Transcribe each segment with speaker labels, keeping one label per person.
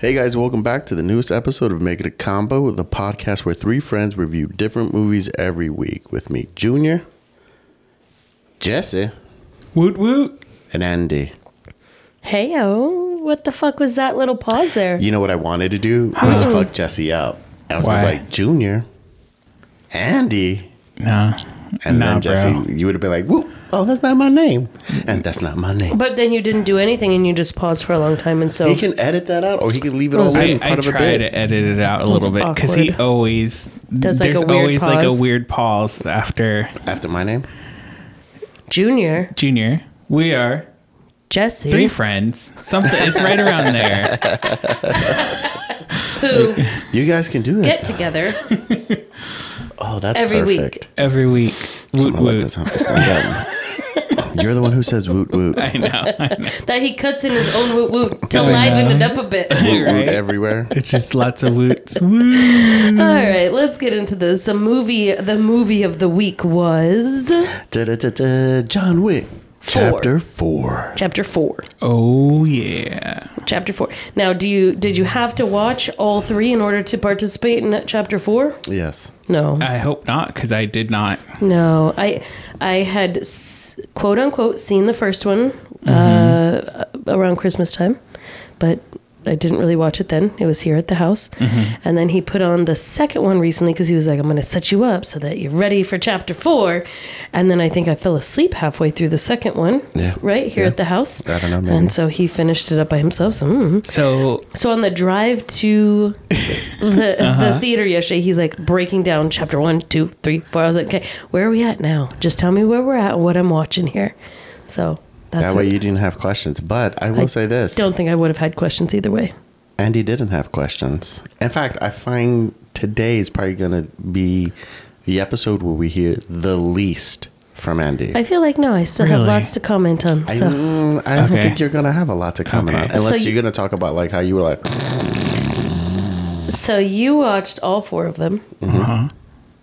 Speaker 1: Hey guys, welcome back to the newest episode of Make It a Combo, the podcast where three friends review different movies every week. With me, Junior, Jesse,
Speaker 2: Woot woot.
Speaker 1: and Andy.
Speaker 3: Hey, oh, what the fuck was that little pause there?
Speaker 1: You know what I wanted to do was fuck Jesse up. I was gonna be
Speaker 2: Why?
Speaker 1: like Junior, Andy,
Speaker 2: Nah.
Speaker 1: and
Speaker 2: nah,
Speaker 1: then Jesse.
Speaker 2: bro.
Speaker 1: You would have been like, "Whoop! Oh, that's not my name, and that's not my name."
Speaker 3: But then you didn't do anything and you just paused for a long time. And so,
Speaker 1: He can edit that out, or he can leave it
Speaker 3: I-
Speaker 1: all
Speaker 2: I,
Speaker 1: in.
Speaker 2: I
Speaker 1: Part of a
Speaker 2: try
Speaker 1: bit.
Speaker 2: to edit it out a little bit because he
Speaker 3: awkward.
Speaker 2: always
Speaker 3: Does, like,
Speaker 2: there's
Speaker 3: a weird
Speaker 2: always like a
Speaker 3: pause.
Speaker 2: weird pause after
Speaker 1: After my name,
Speaker 3: Junior,
Speaker 2: Junior. We are
Speaker 3: Jesse,
Speaker 2: three friends. Something it's right around there.
Speaker 3: who
Speaker 1: you guys can do it.
Speaker 3: get together
Speaker 1: oh, that's
Speaker 3: every
Speaker 1: perfect.
Speaker 3: week.
Speaker 2: Every week. Woot
Speaker 1: Something like
Speaker 2: woot.
Speaker 1: this, I'll have to stand up. You're the one who says woot woot.
Speaker 2: I know. I know.
Speaker 3: That he cuts in his own woot woot to
Speaker 2: I know.
Speaker 3: liven it up a bit. All
Speaker 1: Woot woot
Speaker 2: Right?
Speaker 1: everywhere.
Speaker 2: It's just lots of woots. Woot.
Speaker 3: right, let's get into this. The movie, the movie of the week was
Speaker 1: Da-da-da-da, John Wick,
Speaker 3: Four.
Speaker 1: chapter four.
Speaker 3: chapter four.
Speaker 2: Oh yeah.
Speaker 3: Chapter four. Now, do you did you have to watch all three in order to participate in chapter four?
Speaker 1: Yes.
Speaker 3: No.
Speaker 2: I hope not because I did not.
Speaker 3: No, I I had s- quote unquote seen the first one
Speaker 1: Mm-hmm.
Speaker 3: uh, around Christmas time, but I didn't really watch it then. It was here at the house,
Speaker 1: Mm-hmm.
Speaker 3: and then he put on the second one recently because he was like, "I'm going to set you up so that you're ready for chapter four. and then I think I fell asleep halfway through the second one.
Speaker 1: Yeah.
Speaker 3: right here
Speaker 1: Yeah.
Speaker 3: at the house.
Speaker 1: I don't know, maybe.
Speaker 3: And so he finished it up by himself. So. mm.
Speaker 2: So
Speaker 3: So on the drive to the,
Speaker 2: Uh-huh.
Speaker 3: the theater yesterday, he's like breaking down chapter one, two, three, four. I was like, okay, where are we at now? Just tell me where we're at and what I'm watching here. So that's
Speaker 1: that way
Speaker 3: what
Speaker 1: you didn't have questions. But I will say this.
Speaker 3: don't think I would have had questions either way.
Speaker 1: Andy didn't have questions. In fact, I find today is probably going to be the episode where we hear the least from Andy.
Speaker 3: I feel like no, I still have
Speaker 2: Really?
Speaker 3: lots to comment on.
Speaker 1: I,
Speaker 3: So
Speaker 1: mm, I don't
Speaker 2: Okay.
Speaker 1: think you're going to have a lot to comment
Speaker 2: Okay.
Speaker 1: on. Unless
Speaker 3: So you-
Speaker 1: you're going to talk about like how you were like,
Speaker 3: so you watched all four of them.
Speaker 1: Mm-hmm.
Speaker 2: Uh-huh.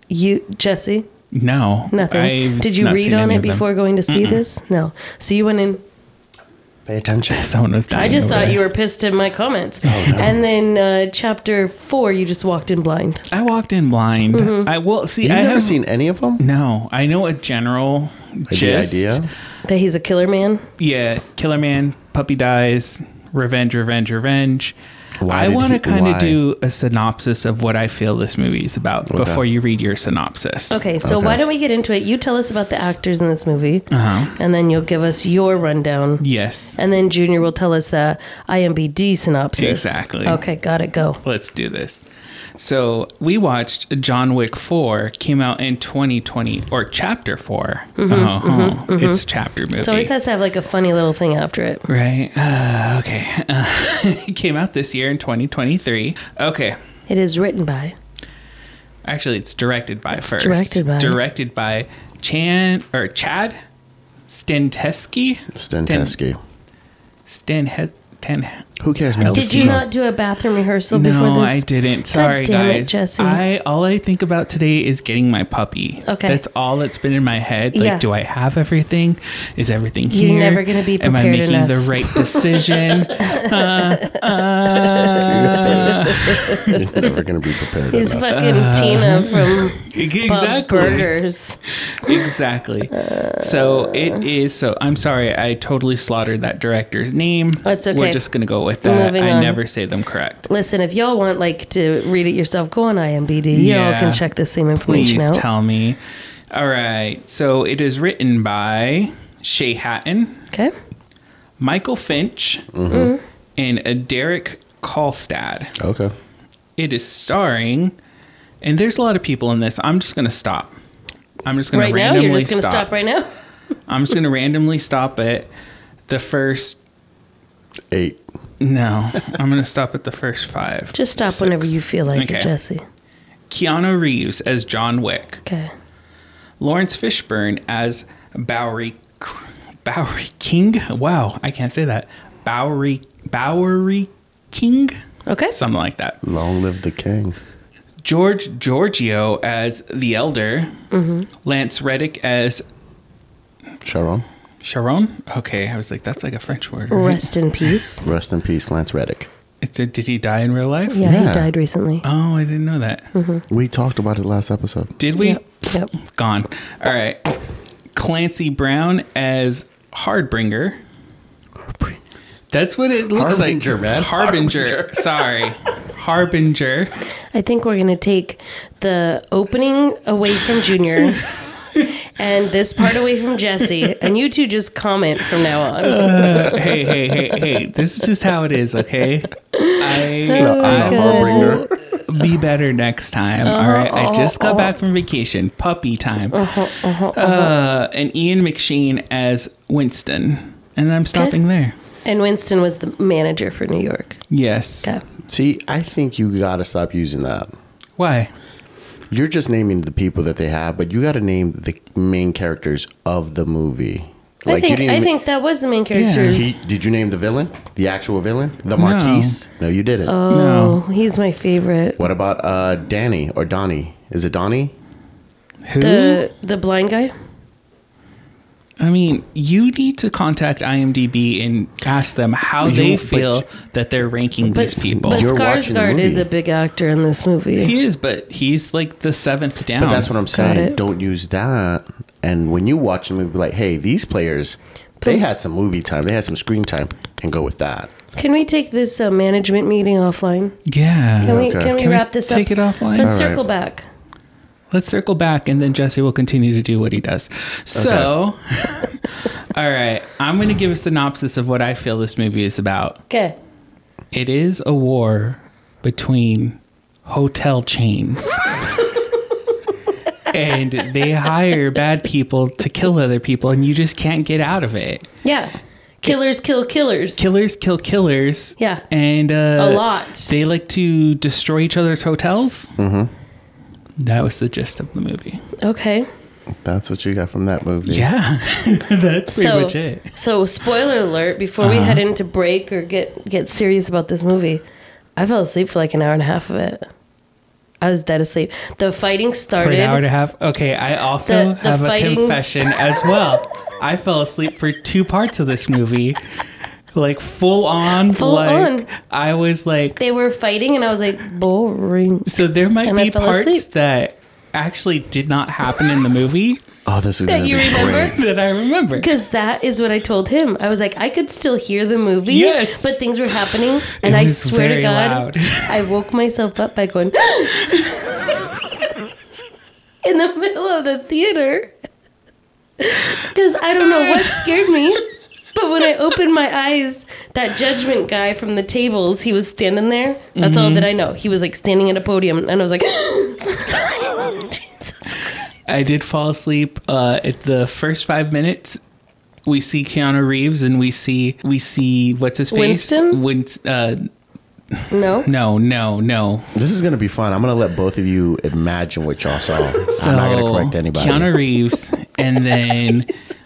Speaker 3: You Jesse,
Speaker 2: no.
Speaker 3: nothing.
Speaker 2: I've
Speaker 3: Did you
Speaker 2: not
Speaker 3: read
Speaker 2: seen
Speaker 3: on
Speaker 2: any
Speaker 3: it
Speaker 2: of them.
Speaker 3: before going to see this? No. So you went in
Speaker 1: pay attention.
Speaker 2: Someone was
Speaker 3: I
Speaker 2: dying
Speaker 3: just
Speaker 2: over
Speaker 3: thought
Speaker 2: there.
Speaker 3: you were pissed at my comments.
Speaker 2: Oh,
Speaker 3: And then uh, chapter four, you just walked in blind.
Speaker 2: I walked in blind.
Speaker 3: Mm-hmm.
Speaker 2: I will see.
Speaker 1: You've
Speaker 2: I
Speaker 1: never
Speaker 2: have
Speaker 1: seen any of them?
Speaker 2: No, I know a general gist.
Speaker 1: idea?
Speaker 3: That he's a killer man.
Speaker 2: Yeah, Killer Man, Puppy Dies, Revenge, Revenge, Revenge.
Speaker 1: Why
Speaker 2: I
Speaker 1: did
Speaker 2: want
Speaker 1: he-
Speaker 2: to kind
Speaker 1: why?
Speaker 2: of do a synopsis of what I feel this movie is about
Speaker 1: Okay.
Speaker 2: before you read your synopsis.
Speaker 3: Okay, so
Speaker 1: Okay.
Speaker 3: why don't we get into it? You tell us about the actors in this movie,
Speaker 2: Uh-huh.
Speaker 3: and then you'll give us your rundown,
Speaker 2: Yes.
Speaker 3: and then Junior will tell us the IMBD synopsis.
Speaker 2: Exactly.
Speaker 3: Okay, got it. Go.
Speaker 2: Let's do this. So we watched John Wick 4 came out in 2020 or chapter 4. Uh-huh. It's a chapter movie.
Speaker 3: It always has to have like a funny little thing after it.
Speaker 2: right. Uh, okay. it came out this year in 2023. Okay.
Speaker 3: It is written by
Speaker 2: Actually, it's directed by first.
Speaker 3: directed by-
Speaker 2: Directed by Chan or Chad Stantesky.
Speaker 1: Stentesky.
Speaker 2: Stan Stanhe- Tan-
Speaker 1: Who cares?
Speaker 3: Did you not do a bathroom rehearsal before
Speaker 2: no,
Speaker 3: this?
Speaker 2: I didn't. Sorry,
Speaker 3: damn it,
Speaker 2: guys.
Speaker 3: Jesse.
Speaker 2: I all I think about today is getting my puppy.
Speaker 3: Okay.
Speaker 2: that's all that's been in my head. Like,
Speaker 3: Yeah.
Speaker 2: do I have everything? Is everything
Speaker 3: You're
Speaker 2: here?
Speaker 3: never gonna be
Speaker 2: Am I
Speaker 3: prepared
Speaker 2: making the
Speaker 3: enough.
Speaker 2: right decision?
Speaker 1: You're never going to be prepared.
Speaker 3: He's
Speaker 1: enough.
Speaker 3: fucking Tina from Bob's
Speaker 2: exactly.
Speaker 3: Burgers.
Speaker 2: Exactly. So
Speaker 3: Uh.
Speaker 2: it is. So I'm sorry. I totally slaughtered that director's name.
Speaker 3: That's
Speaker 2: We're
Speaker 3: Oh, okay.
Speaker 2: just gonna go with that.
Speaker 3: Moving
Speaker 2: I
Speaker 3: on.
Speaker 2: never say them correct.
Speaker 3: Listen, if y'all want like to read it yourself, go on IMBD. Y'all
Speaker 2: Yeah.
Speaker 3: can check this same information
Speaker 2: Please
Speaker 3: out.
Speaker 2: tell me. All right. So it is written by Shay Hatton,
Speaker 3: okay.
Speaker 2: Michael Finch,
Speaker 3: Mm-hmm.
Speaker 2: and uh, Derek Kolstad.
Speaker 1: okay.
Speaker 2: It is starring, and there's a lot of people in this. I'm just gonna stop. I'm just gonna
Speaker 3: Right now,
Speaker 2: randomly
Speaker 3: you're just gonna
Speaker 2: stop.
Speaker 3: stop right now.
Speaker 2: I'm just gonna randomly stop at the first.
Speaker 1: Eight.
Speaker 2: No, I'm gonna stop at the first five.
Speaker 3: Just stop whenever
Speaker 2: Six.
Speaker 3: you feel like
Speaker 2: Okay.
Speaker 3: it, Jesse.
Speaker 2: Keanu Reeves as John Wick.
Speaker 3: Okay.
Speaker 2: Lawrence Fishburne as Bowery Bowery King. Wow, I can't say that. Bowery Bowery King,
Speaker 3: Okay.
Speaker 2: something like that.
Speaker 1: Long live the king.
Speaker 2: George Giorgio as the Elder.
Speaker 3: Mm-hmm.
Speaker 2: Lance Reddick as
Speaker 1: Sharon,
Speaker 2: Sharon. Okay, I was like, that's like a French word. right?
Speaker 3: Rest in peace.
Speaker 1: rest in peace, Lance Reddick.
Speaker 2: It's a, did he die in real life?
Speaker 3: Yeah,
Speaker 1: Yeah.
Speaker 3: he died recently.
Speaker 2: Oh, I didn't know that.
Speaker 1: We talked about it last episode.
Speaker 2: Did we?
Speaker 3: Yep, yep.
Speaker 2: Gone. All right. Clancy Brown as Hardbringer. That's what it looks
Speaker 1: Harbinger,
Speaker 2: like.
Speaker 1: man.
Speaker 2: Harbinger. Sorry. Harbinger.
Speaker 3: I think we're gonna take the opening away from Junior. And this part away from Jesse, and you two just comment from now on.
Speaker 2: Uh. Hey, hey, hey, hey. This is just how it is, okay?
Speaker 3: Oh
Speaker 2: I,
Speaker 1: I'm not Harbinger.
Speaker 2: will be better next time. All right. I just got back from vacation. Puppy time.
Speaker 3: Uh-huh,
Speaker 2: uh and Ian McShane as Winston. And I'm stopping there.
Speaker 3: And Winston was the manager for New York.
Speaker 2: Yes.
Speaker 3: Yeah.
Speaker 1: See, I think you gotta stop using that.
Speaker 2: Why?
Speaker 1: You're just naming the people that they have, but you gotta name the main characters of the movie.
Speaker 3: I think I
Speaker 1: even-
Speaker 3: think that was the main characters.
Speaker 1: He, did you name the villain? The actual villain? The Marquise? No, you didn't.
Speaker 3: Oh, he's my favorite.
Speaker 1: What about uh, Danny or Donnie? Is it Donnie?
Speaker 2: Who?
Speaker 3: The the blind guy.
Speaker 2: I mean, you need to contact IMDb and ask them how
Speaker 1: You-
Speaker 2: they
Speaker 1: but-
Speaker 2: feel that they're ranking
Speaker 3: But,
Speaker 2: these people.
Speaker 3: but
Speaker 1: You're watching the
Speaker 3: Skarsgård
Speaker 1: movie.
Speaker 3: is a big actor in this movie.
Speaker 2: he is, but he's like the seventh down.
Speaker 1: But that's what I'm saying.
Speaker 3: it.
Speaker 1: Don't use that. And when you watch the movie, be like, hey, these players, they had some movie time, they had some screen time, and go with that.
Speaker 3: Can we take this uh, management meeting offline?
Speaker 2: Yeah.
Speaker 3: Can we
Speaker 1: Okay.
Speaker 3: can we
Speaker 2: Can we
Speaker 3: wrap this
Speaker 2: take it
Speaker 3: up?
Speaker 2: offline?
Speaker 3: Let's
Speaker 2: All
Speaker 3: circle back.
Speaker 2: Let's circle back and then Jesse will continue to do what he does. So, all right, I'm going to give a synopsis of what I feel this movie is about.
Speaker 3: Okay.
Speaker 2: It is a war between hotel chains. and they hire bad people to kill other people, and you just can't get out of it.
Speaker 3: Yeah. Killers kill killers.
Speaker 2: Killers kill killers.
Speaker 3: Yeah.
Speaker 2: And uh,
Speaker 3: a lot.
Speaker 2: They like to destroy each other's hotels. Mm-hmm. That was the gist of the movie.
Speaker 3: Okay.
Speaker 1: That's what you got from that movie.
Speaker 2: Yeah. That's pretty
Speaker 3: So
Speaker 2: much it. Uh-huh.
Speaker 3: so spoiler alert before we head into break or get get serious about this movie. I fell asleep for like an hour and a half of it. I was dead asleep. The fighting
Speaker 2: For
Speaker 3: started
Speaker 2: an hour and a half. Okay, I also
Speaker 3: The- the
Speaker 2: have a
Speaker 3: fighting-
Speaker 2: confession as well. I fell asleep for two parts of this movie. Like full on,
Speaker 3: Full
Speaker 2: like
Speaker 3: on.
Speaker 2: I was like
Speaker 3: they were fighting and I was like boring.
Speaker 2: so there might
Speaker 3: And I
Speaker 2: be
Speaker 3: fell
Speaker 2: parts
Speaker 3: asleep.
Speaker 2: that actually did not happen in the movie
Speaker 1: Oh, this is
Speaker 3: That
Speaker 1: gonna
Speaker 3: you
Speaker 1: be
Speaker 3: remember?
Speaker 1: great.
Speaker 2: that I remember.
Speaker 3: Because that is what I told him. I was like, I could still hear the movie,
Speaker 2: Yes.
Speaker 3: but things were happening, and I
Speaker 2: was
Speaker 3: swear
Speaker 2: very
Speaker 3: to
Speaker 2: loud.
Speaker 3: God, I woke myself up by going in the middle of the theater because I don't know what scared me. But when I opened my eyes, that judgment guy from the tables, he was standing there. That's all that I know. He was like standing at a podium, and I was like,
Speaker 2: I did fall asleep uh, at the first five minutes. We see Keanu Reeves and we see we see what's his face
Speaker 3: Winston?
Speaker 2: Winst- uh,
Speaker 3: no.
Speaker 2: no, no, no.
Speaker 1: This is gonna be fun. I'm gonna let both of you imagine what y'all saw. I'm not gonna
Speaker 2: So,
Speaker 1: correct anybody.
Speaker 2: Keanu Reeves and then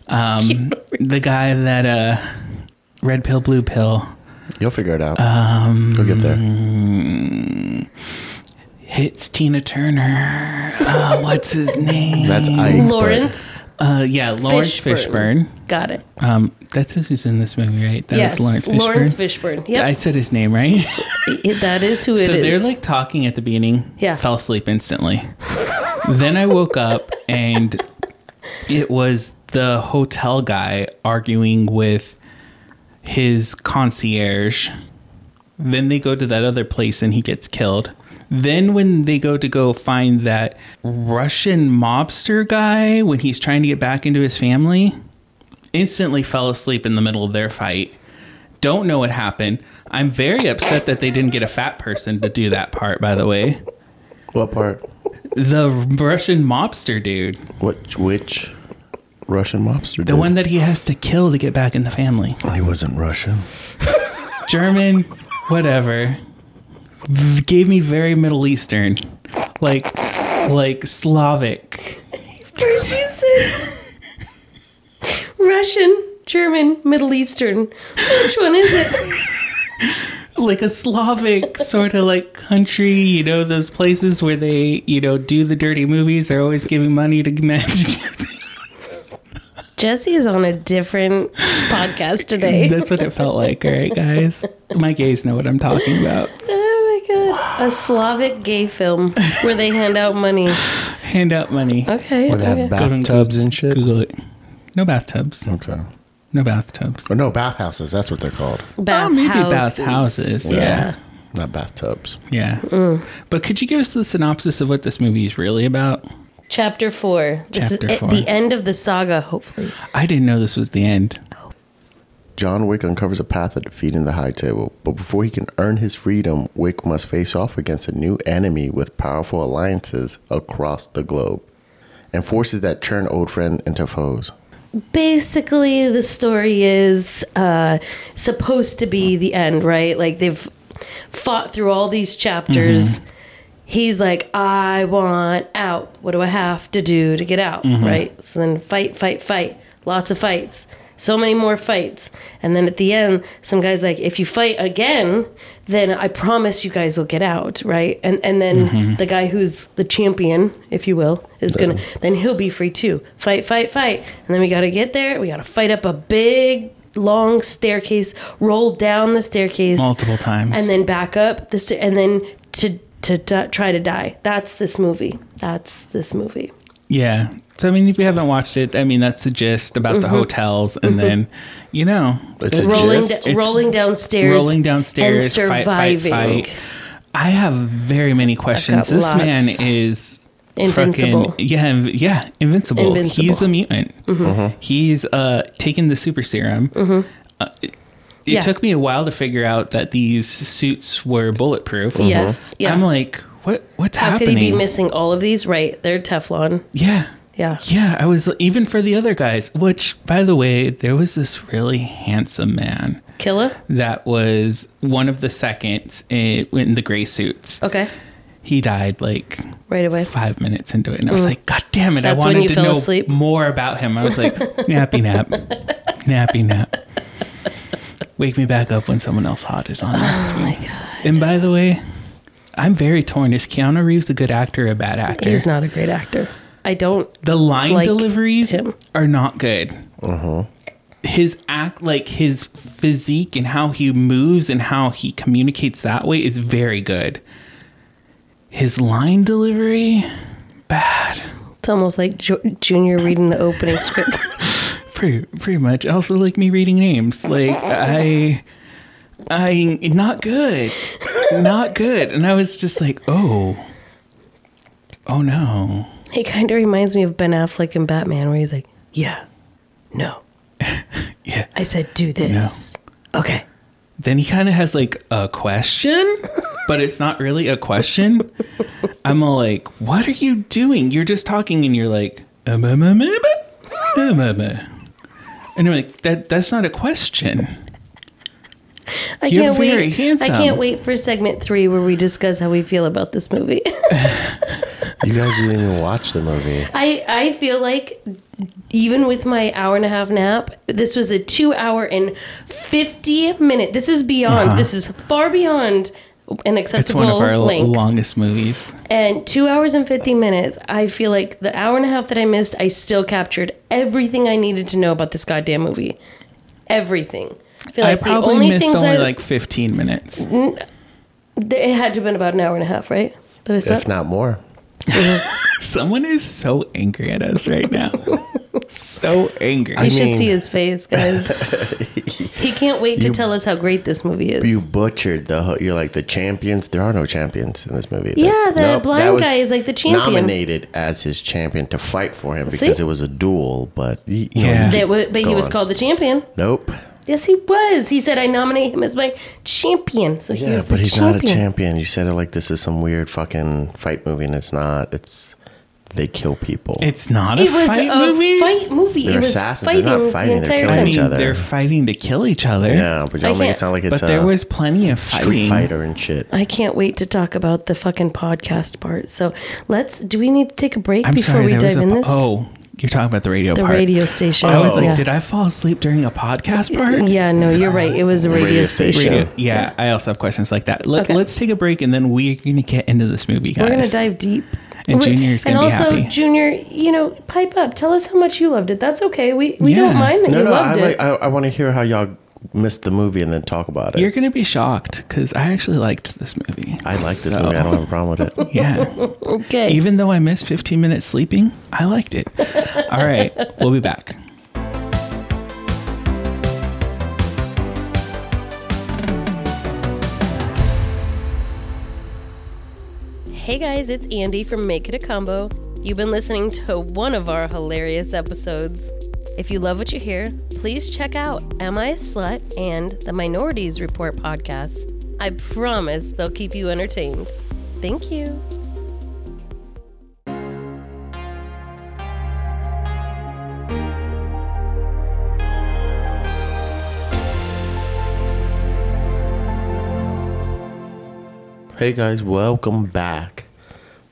Speaker 2: um, the guy that uh, red pill, blue pill.
Speaker 1: You'll figure it out. Um, Go get there.
Speaker 2: Hits Tina Turner. Uh, what's his name?
Speaker 1: That's Ike. but-
Speaker 3: Lawrence
Speaker 2: Uh, yeah, Lawrence Fishburne.
Speaker 3: Fishburne. Got it.
Speaker 2: Um, that's who's in this movie, right? That
Speaker 3: yes,
Speaker 2: was Lawrence Fishburne.
Speaker 3: Fishburne.
Speaker 2: I
Speaker 3: Yep,
Speaker 2: said his name right.
Speaker 3: it- that is who it is.
Speaker 2: so they're like talking at the beginning.
Speaker 3: Yeah.
Speaker 2: Fell asleep instantly. then I woke up and it was the hotel guy arguing with his concierge. Then they go to that other place and he gets killed. Then when they go to go find that Russian mobster guy when he's trying to get back into his family, instantly fell asleep in the middle of their fight. Don't know what happened. I'm very upset that they didn't get a fat person to do that part, by the way.
Speaker 1: What part?
Speaker 2: The Russian mobster dude.
Speaker 1: Which which Russian mobster?
Speaker 2: The one that he has to kill to get back in the family.
Speaker 1: he wasn't Russian.
Speaker 2: German, whatever. V- gave me very Middle Eastern. Like like Slavic.
Speaker 3: First you said Russian, German, Middle Eastern. Which one is it?
Speaker 2: Like a Slavic sort of like country, you know, those places where they, you know, do the dirty movies. They're always giving money to men.
Speaker 3: Jesse is on a different podcast today.
Speaker 2: That's what it felt like. All right, guys. My gays know what I'm talking about.
Speaker 3: oh my god. A Slavic gay film where they hand out money.
Speaker 2: Hand out money.
Speaker 3: Okay.
Speaker 4: Or they have
Speaker 3: okay.
Speaker 2: Go to
Speaker 4: bathtubs
Speaker 2: Goo-
Speaker 4: and shit.
Speaker 2: Google it. No bathtubs.
Speaker 4: Okay.
Speaker 2: No bathtubs.
Speaker 1: Oh,
Speaker 4: Or no, bathhouses. That's what they're called.
Speaker 3: Bath
Speaker 2: oh, maybe
Speaker 3: houses. Mm.
Speaker 2: bathhouses.
Speaker 4: Yeah.
Speaker 2: Yeah.
Speaker 4: Not bathtubs.
Speaker 2: Yeah. But could you give us the synopsis of what this movie is really about?
Speaker 3: Chapter four. This
Speaker 2: Chapter
Speaker 3: is
Speaker 2: four.
Speaker 3: at the end of the saga, hopefully.
Speaker 2: I didn't know this was the end.
Speaker 1: John Wick uncovers a path of defeat in the High Table, but before he can earn his freedom, Wick must face off against a new enemy with powerful alliances across the globe and forces that churn old friend into foes.
Speaker 3: basically the story is uh, supposed to be the end right like they've fought through all these chapters he's like i want out what do i have to do to get out
Speaker 2: Mm-hmm.
Speaker 3: right so then fight fight fight lots of fights so many more fights and then at the end some guy's like if you fight again then i promise you guys will get out right and and then
Speaker 2: Mm-hmm.
Speaker 3: the guy who's the champion if you will is gonna then he'll be free too fight fight fight and then we gotta get there we gotta fight up a big long staircase roll down the staircase
Speaker 2: Multiple times.
Speaker 3: and then back up the sta- and then to to di- try to die that's this movie that's this movie
Speaker 2: Yeah. So I mean, if you haven't watched it, I mean that's the gist about the hotels, and then you know,
Speaker 1: It's a
Speaker 3: Mm-hmm. rolling
Speaker 1: gist.
Speaker 3: da- rolling downstairs
Speaker 2: rolling downstairs,
Speaker 3: and
Speaker 2: fight, fight,
Speaker 3: surviving
Speaker 2: fight. I have very many questions. This
Speaker 3: lots.
Speaker 2: man is
Speaker 3: Invincible.
Speaker 2: Fucking, yeah, inv- yeah, invincible.
Speaker 3: Invincible. Mm-hmm.
Speaker 2: He's a mutant. He's uh taking the super serum. Uh, it it
Speaker 3: Yeah.
Speaker 2: took me a while to figure out that these suits were bulletproof.
Speaker 3: yes yeah
Speaker 2: I'm like, what? What's
Speaker 3: how
Speaker 2: happening?
Speaker 3: could he be missing all of these right they're teflon
Speaker 2: yeah.
Speaker 3: yeah
Speaker 2: Yeah, I was even for the other guys, which by the way, there was this really handsome man
Speaker 3: killer
Speaker 2: that was one of the seconds in, in the gray suits.
Speaker 3: okay
Speaker 2: He died like
Speaker 3: right away
Speaker 2: five minutes into it. And I was like, God damn it,
Speaker 3: Mm. That's
Speaker 2: I
Speaker 3: when
Speaker 2: wanted
Speaker 3: you
Speaker 2: to
Speaker 3: fell
Speaker 2: know
Speaker 3: asleep?
Speaker 2: more about him. I was like, nappy nap, nappy nap. Wake me back up when someone else hot is on. Oh my God. And by the way, I'm very torn. Is Keanu Reeves a good actor or a bad actor?
Speaker 3: he's not a great actor i don't
Speaker 2: the line
Speaker 3: like
Speaker 2: deliveries
Speaker 3: him.
Speaker 2: are not good. His act, like his physique and how he moves and how he communicates that way, is very good. His line delivery, bad,
Speaker 3: it's almost like Ju- junior reading the opening script
Speaker 2: pretty pretty much. Also, like me reading names, like I, I not good, not good. And I was just like, oh, oh no,
Speaker 3: he kind of reminds me of ben affleck in batman where he's like yeah no
Speaker 2: yeah.
Speaker 3: i said do this okay
Speaker 2: then he kind of has like a question, but it's not really a question. I'm all like, what are you doing? You're just talking and you're like, um, um, um, um, um, um, um, um." and I'm like, that that's not a question.
Speaker 3: I
Speaker 2: You're
Speaker 3: can't
Speaker 2: very
Speaker 3: wait.
Speaker 2: handsome.
Speaker 3: I can't wait for segment three where we discuss how we feel about this movie.
Speaker 1: You guys didn't even watch the movie.
Speaker 3: I, I feel like even with my hour and a half nap, this was a two hour and fifty minute. This is beyond. This is far beyond an
Speaker 2: Uh-huh. It's
Speaker 3: acceptable
Speaker 2: one of our l-
Speaker 3: length.
Speaker 2: longest movies.
Speaker 3: and two hours and fifty minutes. I feel like the hour and a half that I missed, I still captured everything I needed to know about this goddamn movie. Everything. I feel
Speaker 2: I
Speaker 3: like the
Speaker 2: probably
Speaker 3: only
Speaker 2: missed
Speaker 3: things
Speaker 2: only
Speaker 3: I
Speaker 2: like 15 minutes.
Speaker 3: it had to have been about an hour and a half, right? That I said?
Speaker 1: If not more.
Speaker 2: Someone is so angry at us right now. so angry.
Speaker 3: You should
Speaker 1: mean-
Speaker 3: see his face, guys. he can't wait to tell us how great this movie is.
Speaker 1: You butchered the. ho- You're like the champions. There are no champions in this movie.
Speaker 3: Yeah,
Speaker 1: But-
Speaker 3: the
Speaker 1: Nope,
Speaker 3: blind
Speaker 1: that was
Speaker 3: guy is like the champion.
Speaker 1: Nominated as his champion to fight for him because
Speaker 3: See?
Speaker 1: it was a duel, but y- you
Speaker 2: Yeah.
Speaker 1: you
Speaker 3: that
Speaker 1: keep-
Speaker 3: wa- but he
Speaker 1: Go
Speaker 3: was
Speaker 1: on.
Speaker 3: called the champion.
Speaker 1: nope.
Speaker 3: Yes, he was. He said, "I nominate him as my champion." So he
Speaker 1: Yeah,
Speaker 3: is
Speaker 1: but
Speaker 3: the
Speaker 1: he's
Speaker 3: champion.
Speaker 1: not a champion. You said it like this is some weird fucking fight movie, and it's not. It's they kill people.
Speaker 2: It's not a
Speaker 3: It was
Speaker 2: fight
Speaker 3: a
Speaker 2: movie.
Speaker 3: fight movie.
Speaker 1: They're
Speaker 3: it was
Speaker 1: assassins. They're
Speaker 3: fighting
Speaker 1: not fighting.
Speaker 3: the
Speaker 1: They're
Speaker 3: entire
Speaker 2: I
Speaker 1: killing
Speaker 2: mean,
Speaker 1: each
Speaker 3: time.
Speaker 1: other.
Speaker 2: they're fighting to kill each other.
Speaker 1: yeah, but
Speaker 3: I
Speaker 1: y'all make it
Speaker 3: can't-
Speaker 1: sound like it's
Speaker 2: but there
Speaker 1: a
Speaker 2: was plenty of fighting.
Speaker 1: Street Fighter and shit.
Speaker 3: I can't wait to talk about the fucking podcast part. So let's. Do we need to take a break
Speaker 2: I'm
Speaker 3: before
Speaker 2: sorry,
Speaker 3: we
Speaker 2: there was
Speaker 3: dive
Speaker 2: a
Speaker 3: in
Speaker 2: po-
Speaker 3: this?
Speaker 2: Oh, you're talking about the radio
Speaker 3: the
Speaker 2: part.
Speaker 3: radio station.
Speaker 2: I was like,
Speaker 3: yeah.
Speaker 2: did I fall asleep during a podcast part?
Speaker 3: Yeah, no, you're right. It was a radio,
Speaker 1: Radio
Speaker 3: station.
Speaker 1: station.
Speaker 2: Radio- yeah, I also have questions like that. Let,
Speaker 3: Okay.
Speaker 2: Let's take a break and then we're going to get into this movie, guys.
Speaker 3: We're gonna dive deep.
Speaker 2: and Junior's
Speaker 3: and
Speaker 2: gonna be
Speaker 3: also,
Speaker 2: happy.
Speaker 3: Junior, you know, pipe up. Tell us how much you loved it. That's okay. We we
Speaker 2: Yeah.
Speaker 3: don't mind that
Speaker 1: No,
Speaker 3: you
Speaker 1: no, I
Speaker 3: loved
Speaker 1: like.
Speaker 3: it.
Speaker 1: I, I want to hear how y'all missed the movie and then talk about it.
Speaker 2: You're gonna be shocked because I actually liked this movie.
Speaker 1: I like this
Speaker 2: So,
Speaker 1: movie. I don't have a problem with it.
Speaker 2: Yeah,
Speaker 3: okay.
Speaker 2: even though I missed 15 minutes sleeping, I liked it. All right, we'll be back.
Speaker 3: Hey guys, it's Andy from Make It a Combo. You've been listening to one of our hilarious episodes. If you love what you hear, please check out Am I a Slut and the Minorities Report podcast. I promise they'll keep you entertained. Thank you.
Speaker 1: Hey guys, welcome back.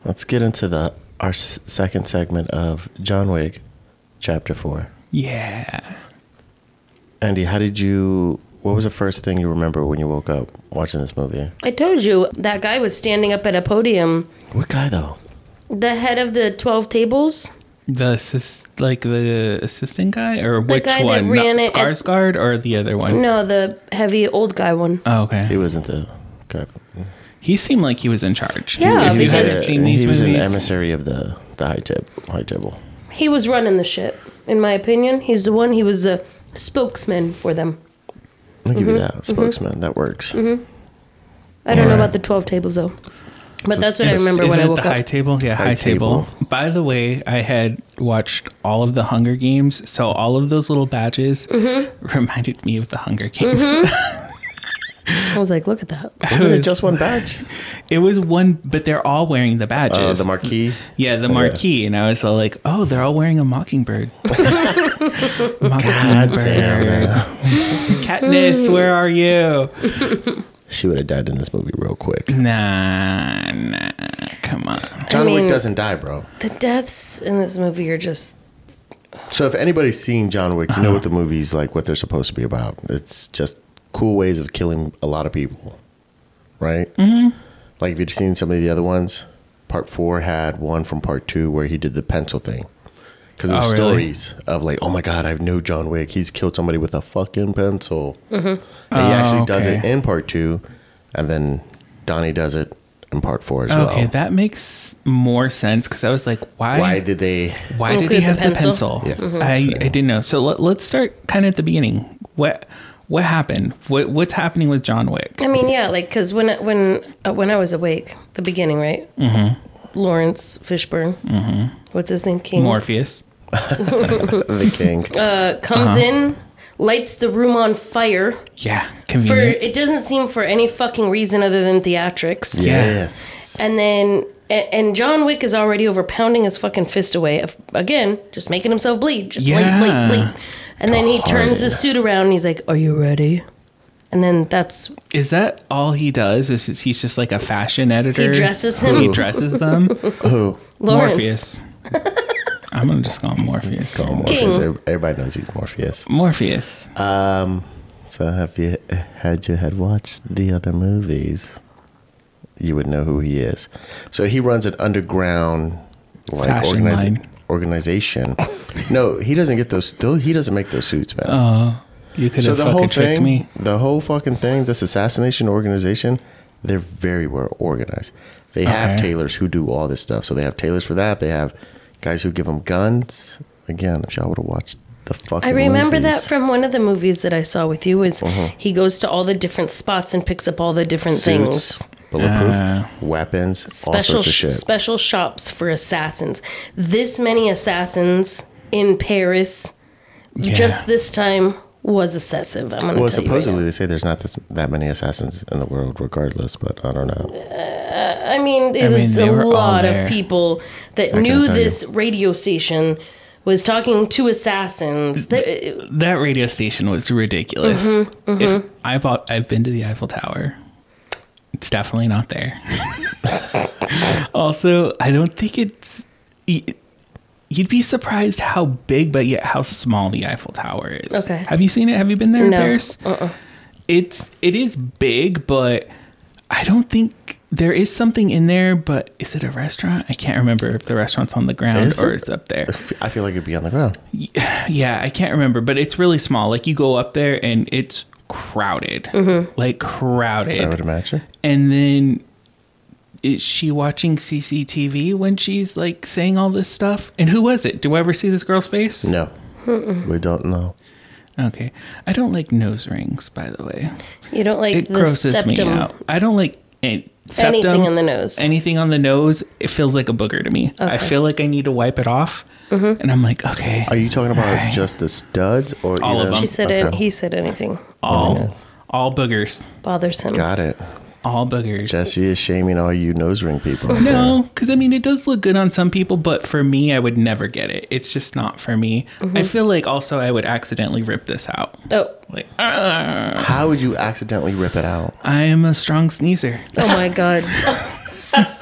Speaker 1: Let's get into the our s- second segment of John Wick, Chapter Four.
Speaker 2: Yeah.
Speaker 1: Andy, how did you? What was the first thing you remember when you woke up watching this movie?
Speaker 3: I told you that guy was standing up at a podium,
Speaker 1: What guy though?
Speaker 3: the head of the 12 tables.
Speaker 2: The assist, like the assistant guy, or which
Speaker 3: guy that
Speaker 2: one?
Speaker 3: ran it at-
Speaker 2: Skarsgård or the other one?
Speaker 3: No, the heavy old guy one.
Speaker 2: Oh,
Speaker 1: He
Speaker 2: okay.
Speaker 1: wasn't the guy.
Speaker 2: He seemed like he was in charge.
Speaker 3: Yeah,
Speaker 2: If you
Speaker 3: because-
Speaker 2: haven't Oh, seen these
Speaker 1: he was an
Speaker 2: movies,
Speaker 1: emissary of the the high table. High table.
Speaker 3: He was running the ship, in my opinion. He's the one, he was the spokesman for them.
Speaker 1: I'll give you that spokesman. That works.
Speaker 3: I don't know
Speaker 1: Alright.
Speaker 3: about the 12 tables though. But that's what I
Speaker 2: Is-
Speaker 3: remember when
Speaker 2: isn't
Speaker 3: I
Speaker 2: it
Speaker 3: woke
Speaker 2: the High
Speaker 3: up.
Speaker 2: table, yeah, high,
Speaker 1: High
Speaker 2: table.
Speaker 1: Table.
Speaker 2: By the way, I had watched all of the Hunger Games, so all of those little badges
Speaker 3: Mm-hmm.
Speaker 2: reminded me of the Hunger Games.
Speaker 3: I was like, look at that.
Speaker 1: Wasn't
Speaker 2: was-
Speaker 1: it just one badge?
Speaker 2: It was one, but they're all wearing the badges.
Speaker 1: Uh, the marquee.
Speaker 2: yeah, the marquee, and I was all like, "Oh, they're all wearing a mockingbird." mockingbird.
Speaker 1: Damn,
Speaker 2: Katniss, where are you?
Speaker 1: she would have died in this movie real quick.
Speaker 2: Nah, nah, come on.
Speaker 1: John
Speaker 3: mean-
Speaker 1: Wick doesn't die, bro.
Speaker 3: The deaths in this movie are just
Speaker 1: So if anybody's seen John Wick,
Speaker 2: Uh-huh.
Speaker 1: you know what the movie's like, what they're supposed to be about. It's just cool ways of killing a lot of people, right? Mm-hmm. Like if you've seen some of the other ones, part four had one from part two where he did the pencil thing. Because there was
Speaker 2: Oh, really?
Speaker 1: stories of like, oh my god, I know John Wick. He's killed somebody with a fucking pencil. Mm-hmm. And he actually does it
Speaker 2: Oh, okay.
Speaker 1: in part two, and then Donnie does it in part four as
Speaker 2: Okay,
Speaker 1: well.
Speaker 2: that makes more sense because I was like, "Why?
Speaker 1: Why did they?
Speaker 2: Why did he
Speaker 3: Include the
Speaker 2: have the pencil?
Speaker 3: pencil? Mm-hmm.
Speaker 1: Yeah. Mhm.
Speaker 2: I,
Speaker 1: So-
Speaker 2: I didn't know. So let, let's start kind of at the beginning. What what happened? What what's happening with John Wick?
Speaker 3: I mean, yeah, like cuz when when uh, when I was awake, the beginning, right? Mhm.
Speaker 2: Mm-hmm.
Speaker 3: Lawrence Fishburne. Mhm. What's his name? King.
Speaker 2: Morpheus.
Speaker 1: The king.
Speaker 3: Uh, comes
Speaker 2: uh-huh.
Speaker 3: in, lights the room on fire
Speaker 2: Yeah,
Speaker 3: for
Speaker 2: convenient.
Speaker 3: it doesn't seem for any fucking reason other than theatrics.
Speaker 1: yes.
Speaker 3: And then, a- and John Wick is already over pounding his fucking fist away. Af- Again, just making himself bleed. Just
Speaker 2: Yeah.
Speaker 3: bleed, bleed, bleed. And then he turns his suit around and he's like, Are you ready? And then that's,
Speaker 2: Is that all he does? Is is he's just like a fashion editor?
Speaker 3: he dresses him.
Speaker 2: He dresses them.
Speaker 1: Who?
Speaker 3: Lawrence.
Speaker 2: Morpheus. I'm gonna just call him Morpheus.
Speaker 1: Call him
Speaker 3: King.
Speaker 1: Morpheus. Every- Everybody knows he's Morpheus.
Speaker 2: Morpheus.
Speaker 1: Um, so have you had you had watched the other movies? You would know who he is. So he runs an underground like
Speaker 2: Fashion
Speaker 1: organiza-
Speaker 2: line.
Speaker 1: organization. no, he doesn't get those. Still, he doesn't make those suits, man.
Speaker 2: Oh, you could have
Speaker 1: so the
Speaker 2: fucking
Speaker 1: whole
Speaker 2: tricked
Speaker 1: thing,
Speaker 2: me.
Speaker 1: the whole fucking thing, this assassination organization, they're very well organized. They have
Speaker 2: Okay.
Speaker 1: tailors who do all this stuff. So they have tailors for that. They have guys who give them guns. Again, if y'all would have watched the fucking,
Speaker 3: I remember that
Speaker 1: movies.
Speaker 3: from one of the movies that I saw with you is
Speaker 1: Uh-huh.
Speaker 3: he goes to all the different spots and picks up all the different
Speaker 1: suits,
Speaker 3: things.
Speaker 1: bulletproof
Speaker 2: Ah.
Speaker 1: weapons, all
Speaker 3: Special
Speaker 1: sorts of
Speaker 3: sh-
Speaker 1: shit.
Speaker 3: special shops for assassins. This many assassins in Paris
Speaker 2: Yeah.
Speaker 3: just this time was excessive. I'm gonna
Speaker 1: well,
Speaker 3: tell you right now.
Speaker 1: supposedly they say there's not this, that many assassins in the world, regardless. But I don't know.
Speaker 3: I mean, it
Speaker 2: I mean,
Speaker 3: was
Speaker 2: they were
Speaker 3: a
Speaker 2: all
Speaker 3: lot
Speaker 2: there.
Speaker 3: of people that
Speaker 1: can
Speaker 3: knew
Speaker 1: tell you.
Speaker 3: this radio station was talking to assassins. They- uh,
Speaker 2: that radio station was ridiculous.
Speaker 3: Mm-hmm,
Speaker 2: If I've al- I've been to the Eiffel Tower. It's definitely not there. also, I don't think it's. y- You'd be surprised how big, but yet how small the Eiffel Tower is.
Speaker 3: Okay.
Speaker 2: Have you seen it? Have you been there in
Speaker 3: No. Uh-uh.
Speaker 2: Paris? It's it is big, but I don't think there is something in there, but is it a restaurant? I can't remember if the restaurant's on the ground
Speaker 1: Is
Speaker 2: or
Speaker 1: it?
Speaker 2: it's up there.
Speaker 1: I fe- I feel like it'd be on the ground.
Speaker 2: Yeah, I can't remember, but it's really small. Like you go up there and it's crowded,
Speaker 3: Mm-hmm.
Speaker 2: like crowded.
Speaker 1: I would imagine.
Speaker 2: And then is she watching CCTV when she's like saying all this stuff? And who was it? Do I ever see this girl's face?
Speaker 1: No, we don't know.
Speaker 2: Okay. I don't like nose rings, by the way.
Speaker 3: You don't like
Speaker 2: It
Speaker 3: the
Speaker 2: grosses
Speaker 3: septum.
Speaker 2: me out. I don't like any, septum,
Speaker 3: Anything on the nose.
Speaker 2: Anything on the nose, it feels like a booger to me. I feel like I need to wipe it off.
Speaker 3: Mm-hmm.
Speaker 2: And I'm like, okay.
Speaker 1: Are you talking about
Speaker 2: Right.
Speaker 1: just the studs or
Speaker 2: All of them.
Speaker 3: She said it.
Speaker 1: Okay.
Speaker 3: He said anything.
Speaker 2: all,
Speaker 1: Yes.
Speaker 2: all boogers?
Speaker 3: Bothers him.
Speaker 1: Got it.
Speaker 2: All boogers.
Speaker 1: Jesse is shaming all you nose ring people. out there.
Speaker 2: Oh, No, because I mean, it does look good on some people, but for me, I would never get it. It's just not for me.
Speaker 3: Mm-hmm.
Speaker 2: I feel like also I would accidentally rip this out.
Speaker 3: Oh,
Speaker 2: Like, "Ah."
Speaker 1: How would you accidentally rip it out?
Speaker 2: I am a strong sneezer.
Speaker 3: oh my god.
Speaker 2: I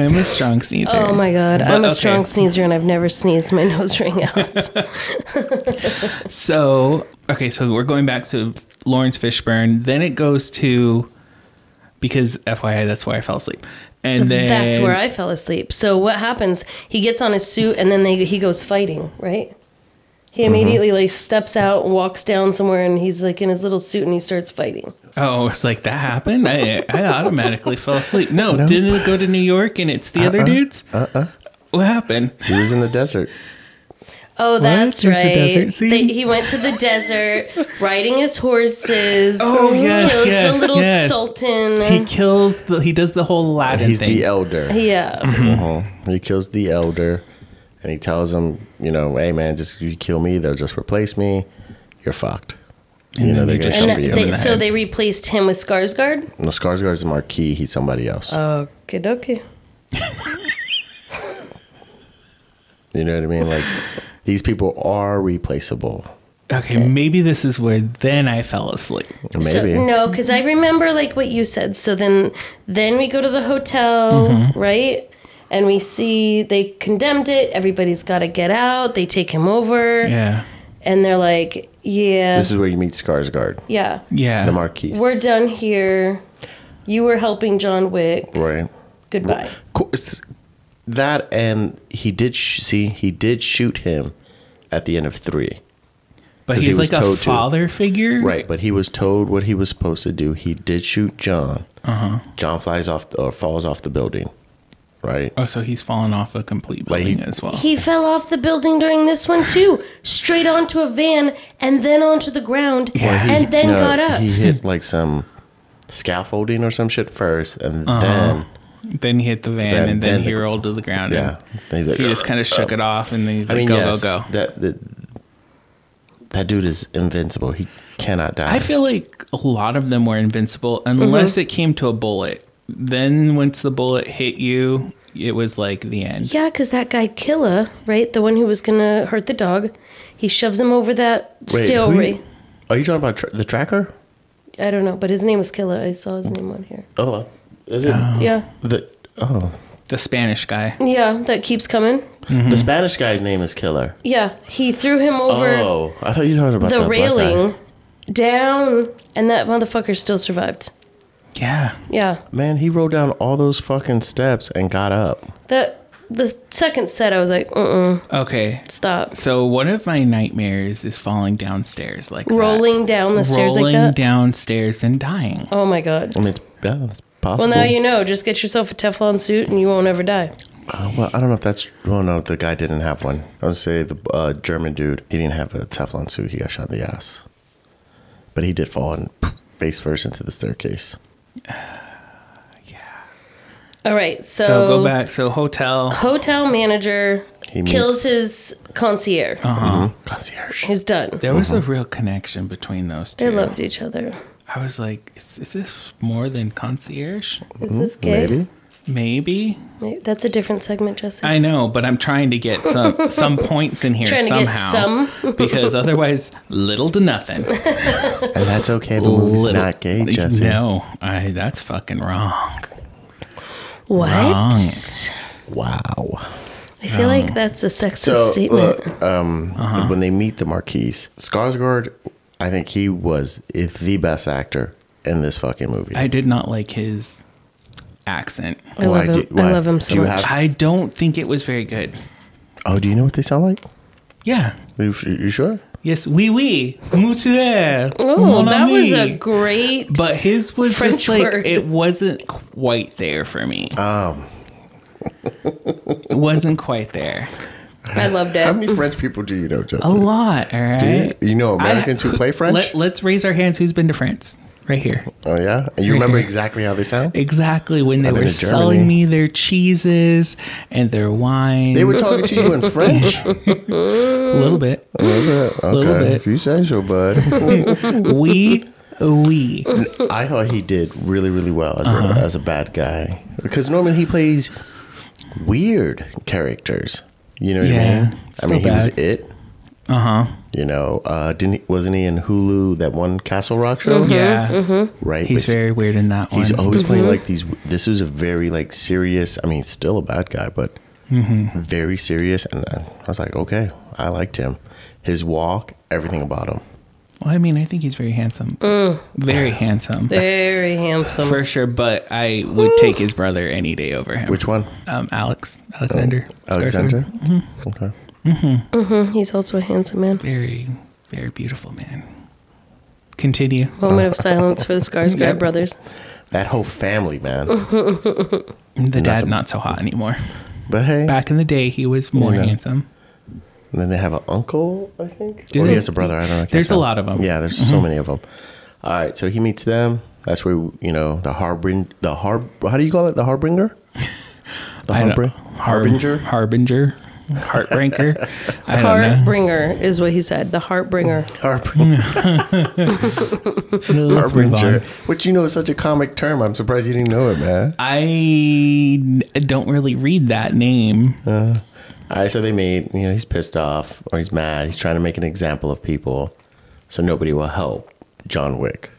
Speaker 2: am a strong sneezer.
Speaker 3: Oh my god.
Speaker 2: But,
Speaker 3: I'm a
Speaker 2: okay,
Speaker 3: strong sneezer and I've never sneezed my nose ring out.
Speaker 2: So, okay, so we're going back to Lawrence Fishburne. Then it goes to, because FYI, that's why I fell asleep. And then
Speaker 3: That's where I fell asleep. So what happens? He gets on his suit and then they, he goes fighting, right? He
Speaker 2: Mm-hmm.
Speaker 3: immediately like steps out, walks down somewhere, and he's like in his little suit and he starts fighting.
Speaker 2: Oh, it's like that happened. I, I automatically fell asleep. No, didn't it go to New York and it's the
Speaker 3: Uh-uh.
Speaker 2: other dudes? Uh uh What happened?
Speaker 1: He was in the desert.
Speaker 3: Oh, that's
Speaker 2: There's the
Speaker 3: right.
Speaker 2: desert scene?
Speaker 3: They- he went to the desert, riding his horses.
Speaker 2: Oh, yes,
Speaker 3: kills
Speaker 2: yes,
Speaker 3: the little
Speaker 2: yes.
Speaker 3: sultan.
Speaker 2: He kills the. He does the whole Aladdin
Speaker 1: He's
Speaker 2: thing.
Speaker 1: the elder.
Speaker 3: yeah,
Speaker 1: Mhm. He kills the elder, and he tells him, you know, hey man, just you kill me, they'll just replace me. You're fucked. you
Speaker 2: then
Speaker 1: know
Speaker 2: they
Speaker 1: they're gonna
Speaker 2: just
Speaker 3: and
Speaker 1: cover
Speaker 2: shoot
Speaker 1: you.
Speaker 2: him in
Speaker 3: they,
Speaker 2: the
Speaker 3: so
Speaker 2: head.
Speaker 3: they replaced him with Skarsgård.
Speaker 1: no, Skarsgård's a marquee. He's somebody else.
Speaker 3: Oh. Okay, okay.
Speaker 1: you know what I mean? Like these people are replaceable.
Speaker 2: okay, maybe this is where then I fell asleep.
Speaker 1: Maybe.
Speaker 3: So, no, because I remember like what you said. So then, then we go to the hotel,
Speaker 2: Mm-hmm.
Speaker 3: right? And we see they condemned it. Everybody's got to get out. They take him over,
Speaker 2: Yeah,
Speaker 3: and they're like, "Yeah,
Speaker 1: This is where you meet Skarsgård,
Speaker 3: yeah,
Speaker 2: yeah.
Speaker 1: the marquis.
Speaker 3: we're done here. You were helping John Wick.
Speaker 1: right.
Speaker 3: Goodbye."
Speaker 1: Cool. It's that, and he did sh- see he did shoot him at the end of three.
Speaker 2: but
Speaker 1: 'cause
Speaker 2: he's
Speaker 1: he was
Speaker 2: like a
Speaker 1: towed to-
Speaker 2: father figure.
Speaker 1: Right, but he was told what he was supposed to do. He did shoot John.
Speaker 2: Uh-huh.
Speaker 1: John flies off or falls off the building. Right.
Speaker 2: Oh, so he's fallen off a complete
Speaker 1: Like he-
Speaker 2: building as well.
Speaker 3: He fell off the building during this one too, straight onto a van and then onto the ground,
Speaker 2: Yeah.
Speaker 3: and then
Speaker 1: No,
Speaker 3: got up.
Speaker 1: He hit like some scaffolding or some shit first, and
Speaker 2: Uh-huh.
Speaker 1: then
Speaker 2: then he hit the van,
Speaker 1: Then-
Speaker 2: and then,
Speaker 1: then
Speaker 2: he
Speaker 1: the-
Speaker 2: rolled to the ground.
Speaker 1: yeah, Then he's like,
Speaker 2: and he just kind of shook it off, and then he's
Speaker 1: I
Speaker 2: like,
Speaker 1: mean,
Speaker 2: "Go,
Speaker 1: yes,
Speaker 2: go, go."
Speaker 1: That, that that dude is invincible. He cannot die.
Speaker 2: I feel like a lot of them were invincible unless
Speaker 3: Mm-hmm.
Speaker 2: it came to a bullet. Then once the bullet hit you, it was like the end.
Speaker 3: Yeah, because that guy Killa, right, the one who was gonna hurt the dog, he shoves him over that
Speaker 1: Wait,
Speaker 3: steel
Speaker 1: who-
Speaker 3: ray.
Speaker 1: Are you talking about tra- the tracker?
Speaker 3: I don't know, but his name was Killa. I saw his name on here.
Speaker 1: Oh, is it
Speaker 2: Uh-huh.
Speaker 3: Yeah,
Speaker 1: the oh
Speaker 2: The Spanish guy.
Speaker 3: yeah, that keeps coming.
Speaker 2: Mm-hmm.
Speaker 1: the Spanish guy's name is Killer?
Speaker 3: Yeah, he threw him over
Speaker 1: oh, I thought you were talking about
Speaker 3: the
Speaker 1: that black guy.
Speaker 3: railing down, and that motherfucker still survived.
Speaker 2: Yeah.
Speaker 3: Yeah,
Speaker 1: Man, he rolled down all those fucking steps and got up.
Speaker 3: that the second set, I was like, uh, uh
Speaker 2: Okay.
Speaker 3: stop.
Speaker 2: So one of my nightmares is falling downstairs like that.
Speaker 3: Rolling down the stairs like
Speaker 2: Rolling
Speaker 3: that.
Speaker 2: downstairs and dying.
Speaker 3: Oh my god.
Speaker 1: I mean, it's, yeah, it's
Speaker 3: Well,
Speaker 1: possible.
Speaker 3: now you know. Just get yourself a Teflon suit, and you won't ever die.
Speaker 1: Uh, well, I don't know if that's. Well, no, the guy didn't have one. I would say the uh, German dude. He didn't have a Teflon suit. He got shot in the ass. But he did fall and face first into the staircase.
Speaker 3: All right, so,
Speaker 2: So, go back. So hotel.
Speaker 3: hotel manager
Speaker 1: He
Speaker 3: kills
Speaker 1: meets-
Speaker 3: his concierge.
Speaker 2: Oh.
Speaker 1: Mm-hmm. Concierge.
Speaker 3: He's done.
Speaker 2: There was a
Speaker 1: Uh-huh.
Speaker 2: real connection between those two.
Speaker 3: They loved each other.
Speaker 2: I was like, is, is this more than concierge?
Speaker 3: Is this gay?
Speaker 1: Maybe.
Speaker 2: Maybe.
Speaker 3: Maybe. That's a different segment, Jesse.
Speaker 2: I know, but I'm trying to get some some points in here
Speaker 3: Trying to get
Speaker 2: somehow.
Speaker 3: some.
Speaker 2: because otherwise, little to nothing.
Speaker 1: And that's okay if a movie's
Speaker 2: Little-
Speaker 1: not gay, Jesse.
Speaker 2: No, I, that's fucking wrong.
Speaker 3: what?
Speaker 2: Wrong.
Speaker 1: Wow.
Speaker 3: I feel like that's a sexist
Speaker 1: So
Speaker 3: statement.
Speaker 1: look, um, when they meet the Marquise, Skarsgård, I think he was the best actor in this fucking movie.
Speaker 2: I did not like his accent.
Speaker 3: I
Speaker 1: Why
Speaker 3: love him.
Speaker 1: do- why?
Speaker 3: I love him so
Speaker 1: Do you
Speaker 3: much.
Speaker 1: have-
Speaker 2: I don't think it was very good.
Speaker 1: Oh, do you know what they sound like?
Speaker 2: Yeah.
Speaker 1: You, you sure?
Speaker 2: Yes, oui, oui. Monsieur.
Speaker 3: oh,
Speaker 2: mon
Speaker 3: that was
Speaker 2: ami.
Speaker 3: a great.
Speaker 2: But his was
Speaker 3: French
Speaker 2: just like
Speaker 3: word.
Speaker 2: it wasn't quite there for me.
Speaker 1: Um,
Speaker 2: It wasn't quite there.
Speaker 3: I loved
Speaker 1: how
Speaker 3: it.
Speaker 1: many French people do you know,
Speaker 2: Um, A
Speaker 1: Justin?
Speaker 2: lot, all right.
Speaker 1: You know Americans
Speaker 2: I-
Speaker 1: who play French?
Speaker 2: Let, let's raise our hands. Who's been to France? Right here.
Speaker 1: Oh yeah, and you remember exactly how they sound?
Speaker 2: Exactly when they
Speaker 1: I've been
Speaker 2: were
Speaker 1: to Germany.
Speaker 2: selling me their cheeses and their wine.
Speaker 1: They were talking to you in French.
Speaker 2: a little bit,
Speaker 1: okay,
Speaker 2: little bit.
Speaker 1: if you say so, bud.
Speaker 3: Mm-hmm.
Speaker 2: we, we.
Speaker 1: I thought he did really, really well as
Speaker 2: Uh-huh.
Speaker 1: a as a bad guy because normally he plays weird characters. You know what
Speaker 2: Yeah,
Speaker 1: I mean? I
Speaker 2: so
Speaker 1: mean, he was
Speaker 2: bad.
Speaker 1: it.
Speaker 2: Uh huh.
Speaker 1: You know, uh, didn't he, wasn't he in Hulu that one Castle Rock show?
Speaker 2: Yeah.
Speaker 3: Mm-hmm.
Speaker 1: Right.
Speaker 2: Mm-hmm. He's
Speaker 1: but
Speaker 2: very weird in that one.
Speaker 1: He's always playing like these. This is a very like serious. I mean, he's still a bad guy, but
Speaker 2: Mm-hmm.
Speaker 1: very serious. And I I was like, okay, I liked him. His walk, everything about him.
Speaker 2: well, I mean, I think he's very handsome. Very handsome.
Speaker 3: Very handsome.
Speaker 2: For sure, but I would take his brother any day over him.
Speaker 1: Which one? Oh,
Speaker 2: Um, Alex. Alexander.
Speaker 1: Alexander.
Speaker 2: Skarsgård.
Speaker 1: Okay.
Speaker 3: He's also a handsome man.
Speaker 2: Very, very beautiful man. Continue.
Speaker 3: Moment of silence for the Skarsgård
Speaker 2: Yeah.
Speaker 3: brothers.
Speaker 1: That whole family, man.
Speaker 2: The dad
Speaker 1: Nothing.
Speaker 2: not so hot anymore.
Speaker 1: But hey,
Speaker 2: Back in the day, he was more
Speaker 1: Yeah.
Speaker 2: handsome.
Speaker 1: and then they have an uncle, I think.
Speaker 2: Do
Speaker 1: or
Speaker 2: they?
Speaker 1: he has a brother. I don't know. I can't
Speaker 2: There's a
Speaker 1: tell.
Speaker 2: lot of 'em. Mm-hmm.
Speaker 1: Yeah, there's so many of them. All right, so he meets them. That's where you know the harbin, the harb. How do you call it? The harbinger. The
Speaker 2: I don't-
Speaker 1: harbin- harbinger.
Speaker 2: Harbinger. Heartbreaker. I don't know.
Speaker 3: Heartbringer is what he said. The heartbringer.
Speaker 1: Harbinger.
Speaker 2: Let's move
Speaker 1: Harbinger,
Speaker 2: on.
Speaker 1: which you know is such a comic term. I'm surprised you didn't know it, man.
Speaker 2: I n- don't really read that name.
Speaker 1: Uh, All right, so they made, you know, he's pissed off or he's mad. He's trying to make an example of people so nobody will help John Wick.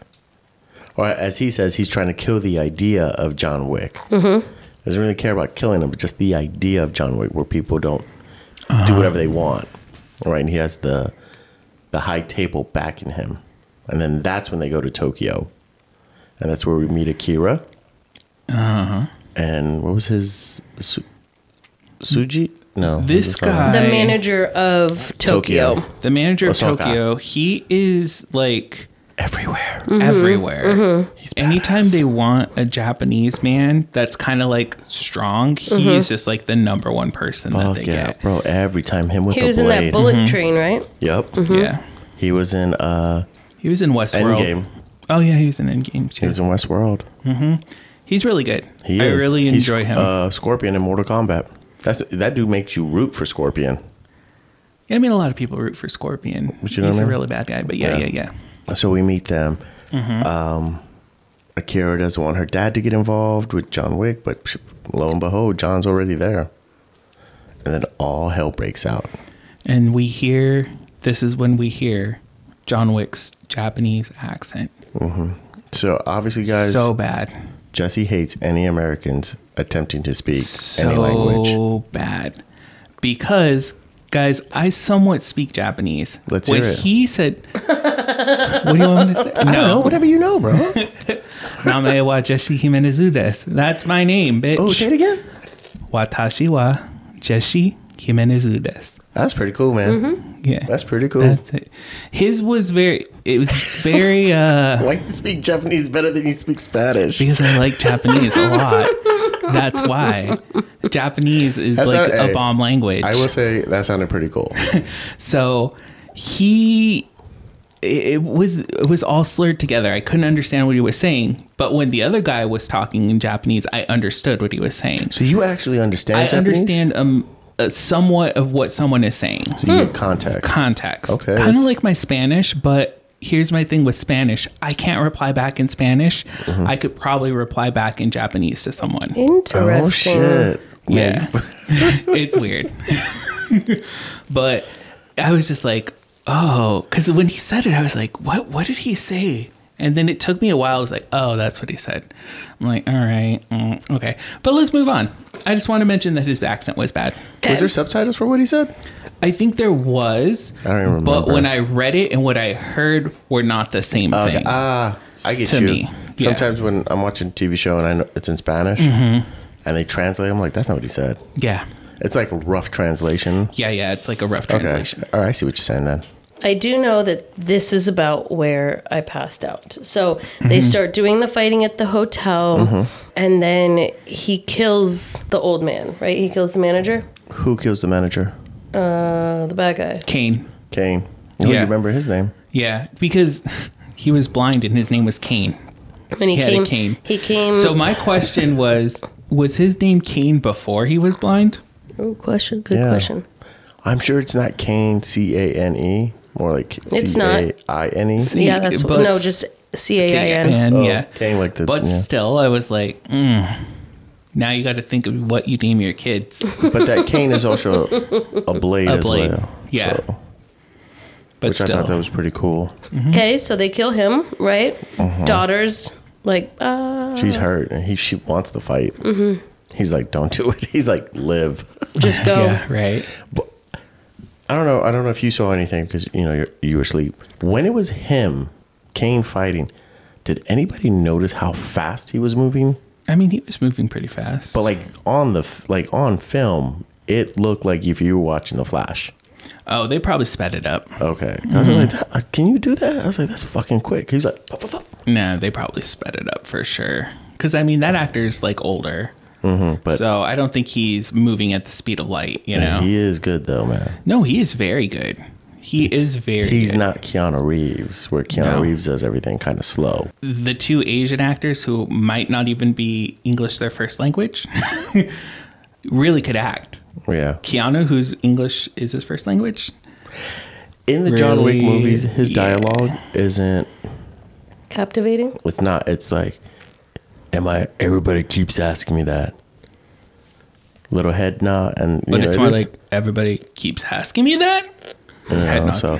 Speaker 1: Or as he says, he's trying to kill the idea of John Wick.
Speaker 3: Mm-hmm.
Speaker 1: Doesn't really care about killing him, but just the idea of John Wick where people don't
Speaker 2: Uh-huh.
Speaker 1: do whatever they want. All Right? And he has the the high table backing him. And then that's when they go to Tokyo. And that's where we meet Akira.
Speaker 2: Uh-huh.
Speaker 1: And what was his Su- Suji? No.
Speaker 2: This
Speaker 1: what's his name?
Speaker 2: guy-
Speaker 3: The
Speaker 2: I-
Speaker 3: manager of Tokyo.
Speaker 1: Tokyo.
Speaker 2: The manager of
Speaker 1: Osaka.
Speaker 2: Tokyo, he is like
Speaker 1: everywhere.
Speaker 2: everywhere. Anytime they want a Japanese man that's kind of like strong, he's just like the number one person that
Speaker 1: Fuck
Speaker 2: they
Speaker 1: yeah,
Speaker 2: get.
Speaker 1: bro! Every time him with
Speaker 3: He
Speaker 1: the
Speaker 3: was in
Speaker 1: blade.
Speaker 3: that bullet
Speaker 2: Mm-hmm.
Speaker 3: Mm-hmm. train, right?
Speaker 1: Yep.
Speaker 2: Yeah.
Speaker 1: He was in uh
Speaker 2: He was in Westworld.
Speaker 1: Endgame.
Speaker 2: Oh yeah, he was in Endgame too.
Speaker 1: He was
Speaker 2: He's,
Speaker 1: in Westworld.
Speaker 2: really good.
Speaker 1: He
Speaker 2: I
Speaker 1: is.
Speaker 2: really
Speaker 1: He's,
Speaker 2: enjoy him.
Speaker 1: Uh, Scorpion in Mortal Kombat. That's that dude makes you root for Scorpion.
Speaker 2: I mean, a lot of people root for Scorpion.
Speaker 1: But you know
Speaker 2: he's
Speaker 1: what I
Speaker 2: a
Speaker 1: mean?
Speaker 2: really bad guy, but yeah, yeah,
Speaker 1: Yeah.
Speaker 2: yeah.
Speaker 1: So we meet them.
Speaker 2: Mm-hmm.
Speaker 1: Um, Akira doesn't want her dad to get involved with John Wick, but psh, lo and behold, John's already there. And then all hell breaks out.
Speaker 2: And we hear this is when we hear John Wick's Japanese accent.
Speaker 1: So obviously, guys,
Speaker 2: so bad,
Speaker 1: Jesse hates any Americans attempting to speak
Speaker 2: so
Speaker 1: any language.
Speaker 2: bad, because guys, I somewhat speak Japanese.
Speaker 1: Let's
Speaker 2: when
Speaker 1: hear it.
Speaker 2: he said, "What do you want me to say?"
Speaker 1: No,
Speaker 2: No,
Speaker 1: whatever you know, bro.
Speaker 2: Name wa Jesse Jimenez Udes. That's my name, bitch.
Speaker 1: oh, say it again.
Speaker 2: Watashi wa Jesse Jimenez Udes.
Speaker 1: That's pretty cool, man.
Speaker 2: Yeah.
Speaker 1: That's pretty cool.
Speaker 2: Mm-hmm. That's it. His was very. It was very. uh
Speaker 1: Why you speak Japanese better than you speak Spanish?
Speaker 2: Because I like Japanese a lot. That's why Japanese is
Speaker 1: That's
Speaker 2: like
Speaker 1: not-
Speaker 2: a
Speaker 1: hey,
Speaker 2: bomb language.
Speaker 1: I will say that sounded pretty cool.
Speaker 2: so he. It it was it was all slurred together. I couldn't understand what he was saying, but when the other guy was talking in Japanese, I understood what he was saying.
Speaker 1: So you actually understand
Speaker 2: I
Speaker 1: Japanese?
Speaker 2: understand um uh, somewhat of what someone is saying.
Speaker 1: So you get context.
Speaker 2: context.
Speaker 1: Okay.
Speaker 2: Kind of like my Spanish, but here's my thing with Spanish. I can't reply back in Spanish.
Speaker 1: Mm-hmm.
Speaker 2: I could probably reply back in Japanese to someone.
Speaker 3: Interesting.
Speaker 1: oh shit.
Speaker 2: Yeah. it's weird. but I was just like, oh, because when he said it, I was like, what what did he say? And then it took me a while. I was like, oh, that's what he said. I'm like, all right, mm, okay. But let's move on. I just want to mention that his accent was bad.
Speaker 1: Was there subtitles for what he said?
Speaker 2: I think there was.
Speaker 1: I don't even
Speaker 2: But
Speaker 1: remember.
Speaker 2: when I read it and what I heard were not the same
Speaker 1: Okay,
Speaker 2: thing.
Speaker 1: Ah, I get
Speaker 2: To
Speaker 1: you.
Speaker 2: me. Yeah. Mm-hmm.
Speaker 1: Sometimes when I'm watching a TV show and I know it's in Spanish and they translate, I'm like, that's not what he said.
Speaker 2: Yeah.
Speaker 1: It's like a rough translation.
Speaker 2: Yeah, yeah. It's like a rough
Speaker 1: Okay.
Speaker 2: translation.
Speaker 1: All right, I see what you're saying then.
Speaker 3: I do know that this is about where I passed out. So they
Speaker 2: Mm-hmm.
Speaker 3: start doing the fighting at the hotel, and then he kills the old man, right? He kills the manager,
Speaker 1: Who kills the manager?
Speaker 3: uh, the bad guy.
Speaker 2: Kane.
Speaker 1: Kane. You
Speaker 2: Yeah.
Speaker 1: remember his name.
Speaker 2: Yeah, because he was blind and his name was Kane.
Speaker 3: When he,
Speaker 2: He had a
Speaker 3: came,
Speaker 2: cane.
Speaker 3: he came.
Speaker 2: So my question was was his name Kane before he was blind?
Speaker 3: Ooh, question. Good
Speaker 1: Yeah.
Speaker 3: question.
Speaker 1: I'm sure it's not Kane, C A N E, more like
Speaker 3: It's
Speaker 1: C A I N E.
Speaker 2: See,
Speaker 3: Yeah, that's
Speaker 2: but-
Speaker 3: no, just C A I N.
Speaker 2: And
Speaker 1: Oh,
Speaker 2: yeah.
Speaker 1: Kane, like the.
Speaker 2: E. But
Speaker 1: yeah.
Speaker 2: still, I was like, mm, now you got to think of what you name your kids.
Speaker 1: But that cane is also a blade
Speaker 2: A
Speaker 1: as
Speaker 2: blade.
Speaker 1: well.
Speaker 2: Yeah.
Speaker 1: So,
Speaker 2: But
Speaker 1: which
Speaker 2: still,
Speaker 1: I thought that was pretty cool.
Speaker 3: Okay, so they kill him, right? Daughters, like, uh,
Speaker 1: She's hurt and he she wants to fight. Mm-hmm. He's like, don't do it. He's like, live.
Speaker 3: just go.
Speaker 2: yeah, right.
Speaker 1: I don't know. I don't know if you saw anything because you know you're, you were asleep. When it was him, Kane fighting, did anybody notice how fast he was moving?
Speaker 2: I mean, he was moving pretty fast.
Speaker 1: But like on the f- like on film, it looked like if you were watching The Flash.
Speaker 2: oh, they probably sped it up.
Speaker 1: Okay, 'Cause I was
Speaker 2: Mm-hmm.
Speaker 1: like, "That- uh, can you do that? I was like, that's fucking quick. He's like, "Fuck, fuck, fuck."
Speaker 2: No, they probably sped it up for sure. Because I mean, that actor's like older,
Speaker 1: Mm-hmm, but
Speaker 2: so I don't think he's moving at the speed of light. You know?
Speaker 1: he is good though, man.
Speaker 2: no, he is very good. He is very.
Speaker 1: He's
Speaker 2: good.
Speaker 1: not Keanu Reeves, where Keanu
Speaker 2: No.
Speaker 1: Reeves does everything kind of slow.
Speaker 2: the two Asian actors who might not even be English their first language really could act.
Speaker 1: Yeah.
Speaker 2: Keanu, whose English is his first language,
Speaker 1: In the John Wick
Speaker 2: Really?
Speaker 1: movies, his
Speaker 2: Yeah.
Speaker 1: dialogue isn't
Speaker 3: Captivating.
Speaker 1: It's not. It's like, am I? Everybody keeps asking me that. Little head nod, and you
Speaker 2: but
Speaker 1: know,
Speaker 2: it's
Speaker 1: it
Speaker 2: more
Speaker 1: is-
Speaker 2: like everybody keeps asking me that.
Speaker 1: you know,
Speaker 2: head nod.
Speaker 1: so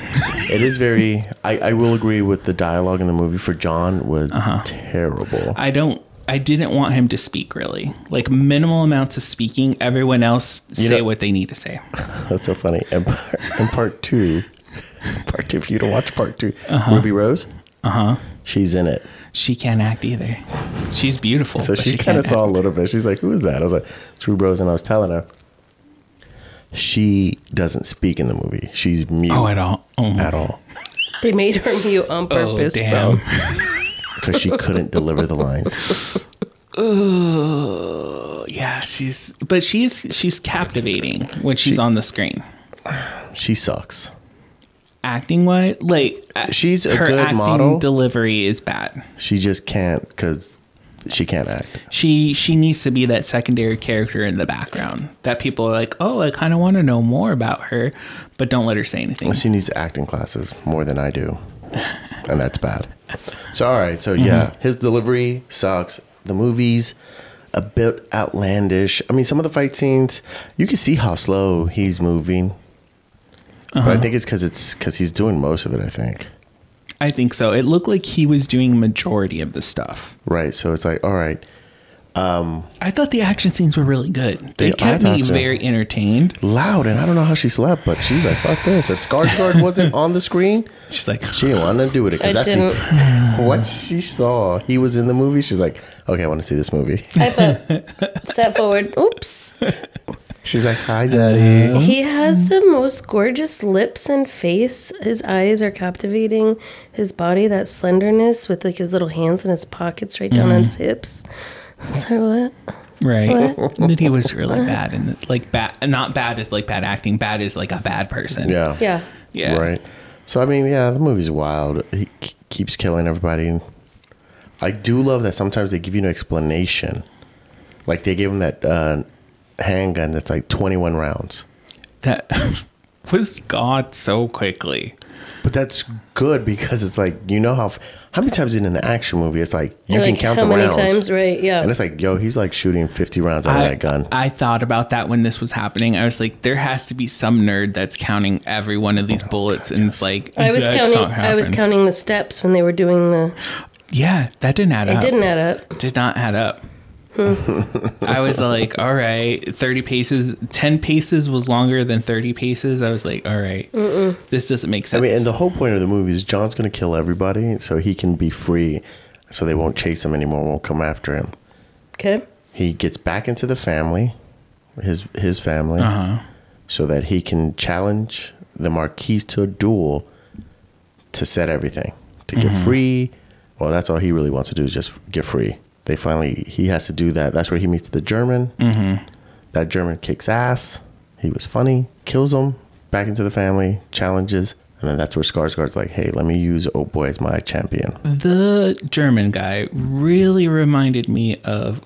Speaker 1: it is very. I, I will agree with the dialogue in the movie for John was terrible.
Speaker 2: Uh-huh. I don't. I didn't want him to speak really, like minimal amounts of speaking. Everyone else
Speaker 1: You
Speaker 2: say
Speaker 1: know-
Speaker 2: what they need to say.
Speaker 1: That's so funny. And part, and part two, part two. If you don't watch part 2 Ruby Rose,
Speaker 2: Uh huh.
Speaker 1: she's in it,
Speaker 2: She can't act either. She's beautiful.
Speaker 1: so
Speaker 2: but
Speaker 1: she, kind
Speaker 2: can't
Speaker 1: of saw a
Speaker 2: act.
Speaker 1: little bit. She's like, "Who is that?" I was like, "It's Ruby Rose," and I was telling her. She doesn't speak in the movie. She's mute
Speaker 2: Oh, at all. Oh, my-
Speaker 1: at all.
Speaker 3: They made her mute on
Speaker 2: oh
Speaker 3: purpose,
Speaker 2: damn.
Speaker 3: bro.
Speaker 1: because she couldn't deliver the lines.
Speaker 2: Oh yeah, she's but she's she's captivating when she's
Speaker 1: She-
Speaker 2: on the screen.
Speaker 1: She sucks.
Speaker 2: Acting wise, like a-
Speaker 1: She's a good model.
Speaker 2: Delivery is bad.
Speaker 1: She just can't because she can't act.
Speaker 2: She she needs to be that secondary character in the background that people are like, oh, I kind of want to know more about her, but don't let her say anything.
Speaker 1: She needs acting classes more than I do, and that's bad. So all right, so yeah, his delivery sucks. The movies a bit outlandish. I mean, some of the fight scenes you can see how slow he's moving, but I think it's because it's because he's doing most of it. I think.
Speaker 2: I think so. It looked like he was doing majority of the stuff.
Speaker 1: Right, so it's like, all right,
Speaker 2: I thought the action scenes were really good. They
Speaker 1: Yeah, I
Speaker 2: kept me
Speaker 1: thought so.
Speaker 2: very entertained.
Speaker 1: loud, and I don't know how she slept, but she's like, "Fuck this!" If Skarsgård wasn't on the screen,
Speaker 2: She's like,
Speaker 1: She didn't want to do with it
Speaker 3: I
Speaker 1: because that's the, what she saw. He was in the movie. She's like, okay, I want to see this movie.
Speaker 3: Step forward. Oops.
Speaker 1: She's like,
Speaker 3: Uh,
Speaker 1: hi, daddy.
Speaker 3: He has the most gorgeous lips and face. His eyes are captivating. His body, that slenderness with like his little hands in his pockets right down on his hips. So uh, what?
Speaker 2: Right. that he was really bad and like bad not bad is like bad acting, bad is like a bad person.
Speaker 1: Yeah.
Speaker 3: Yeah.
Speaker 2: Yeah.
Speaker 1: Right. So I mean, yeah, the movie's wild. He k- keeps killing everybody. I do love that sometimes they give you an explanation, like they gave him that uh, handgun that's like twenty-one rounds.
Speaker 2: That was God so quickly.
Speaker 1: But that's good because it's like you know how f- how many times in an action movie it's like you can
Speaker 3: Like,
Speaker 1: count
Speaker 3: how
Speaker 1: the
Speaker 3: many
Speaker 1: rounds,
Speaker 3: times? Right. Yeah.
Speaker 1: And it's like, yo, he's like shooting fifty rounds out of that gun.
Speaker 2: I thought about that when this was happening. I was like, there has to be some nerd that's counting every one of these
Speaker 1: Oh,
Speaker 2: bullets and it's like
Speaker 3: I was
Speaker 2: that's
Speaker 3: counting.
Speaker 2: not
Speaker 3: I was
Speaker 2: happening.
Speaker 3: counting the steps when they were doing the.
Speaker 2: Yeah, that didn't add
Speaker 3: It
Speaker 2: up.
Speaker 3: didn't add up.
Speaker 2: did not add up.
Speaker 1: Hmm.
Speaker 2: I was like, all right, 30 paces, 10 paces was longer than 30 paces. I was like, all right, this doesn't make sense.
Speaker 1: I mean, and the whole point of the movie is John's going to kill everybody so he can be free. so they won't chase him anymore, won't come after him.
Speaker 3: Okay.
Speaker 1: He gets back into the family, his his family,
Speaker 2: Uh huh.
Speaker 1: so that he can challenge the Marquis to a duel to set everything to get free. Well, that's all he really wants to do is just get free. They finally he has to do that. That's where he meets the German.
Speaker 2: Mm-hmm.
Speaker 1: That German kicks ass. He was funny. Kills him. Back into the family. Challenges. And then that's where Skarsgård's like, hey, let me use old boy as my champion.
Speaker 2: The German guy really reminded me of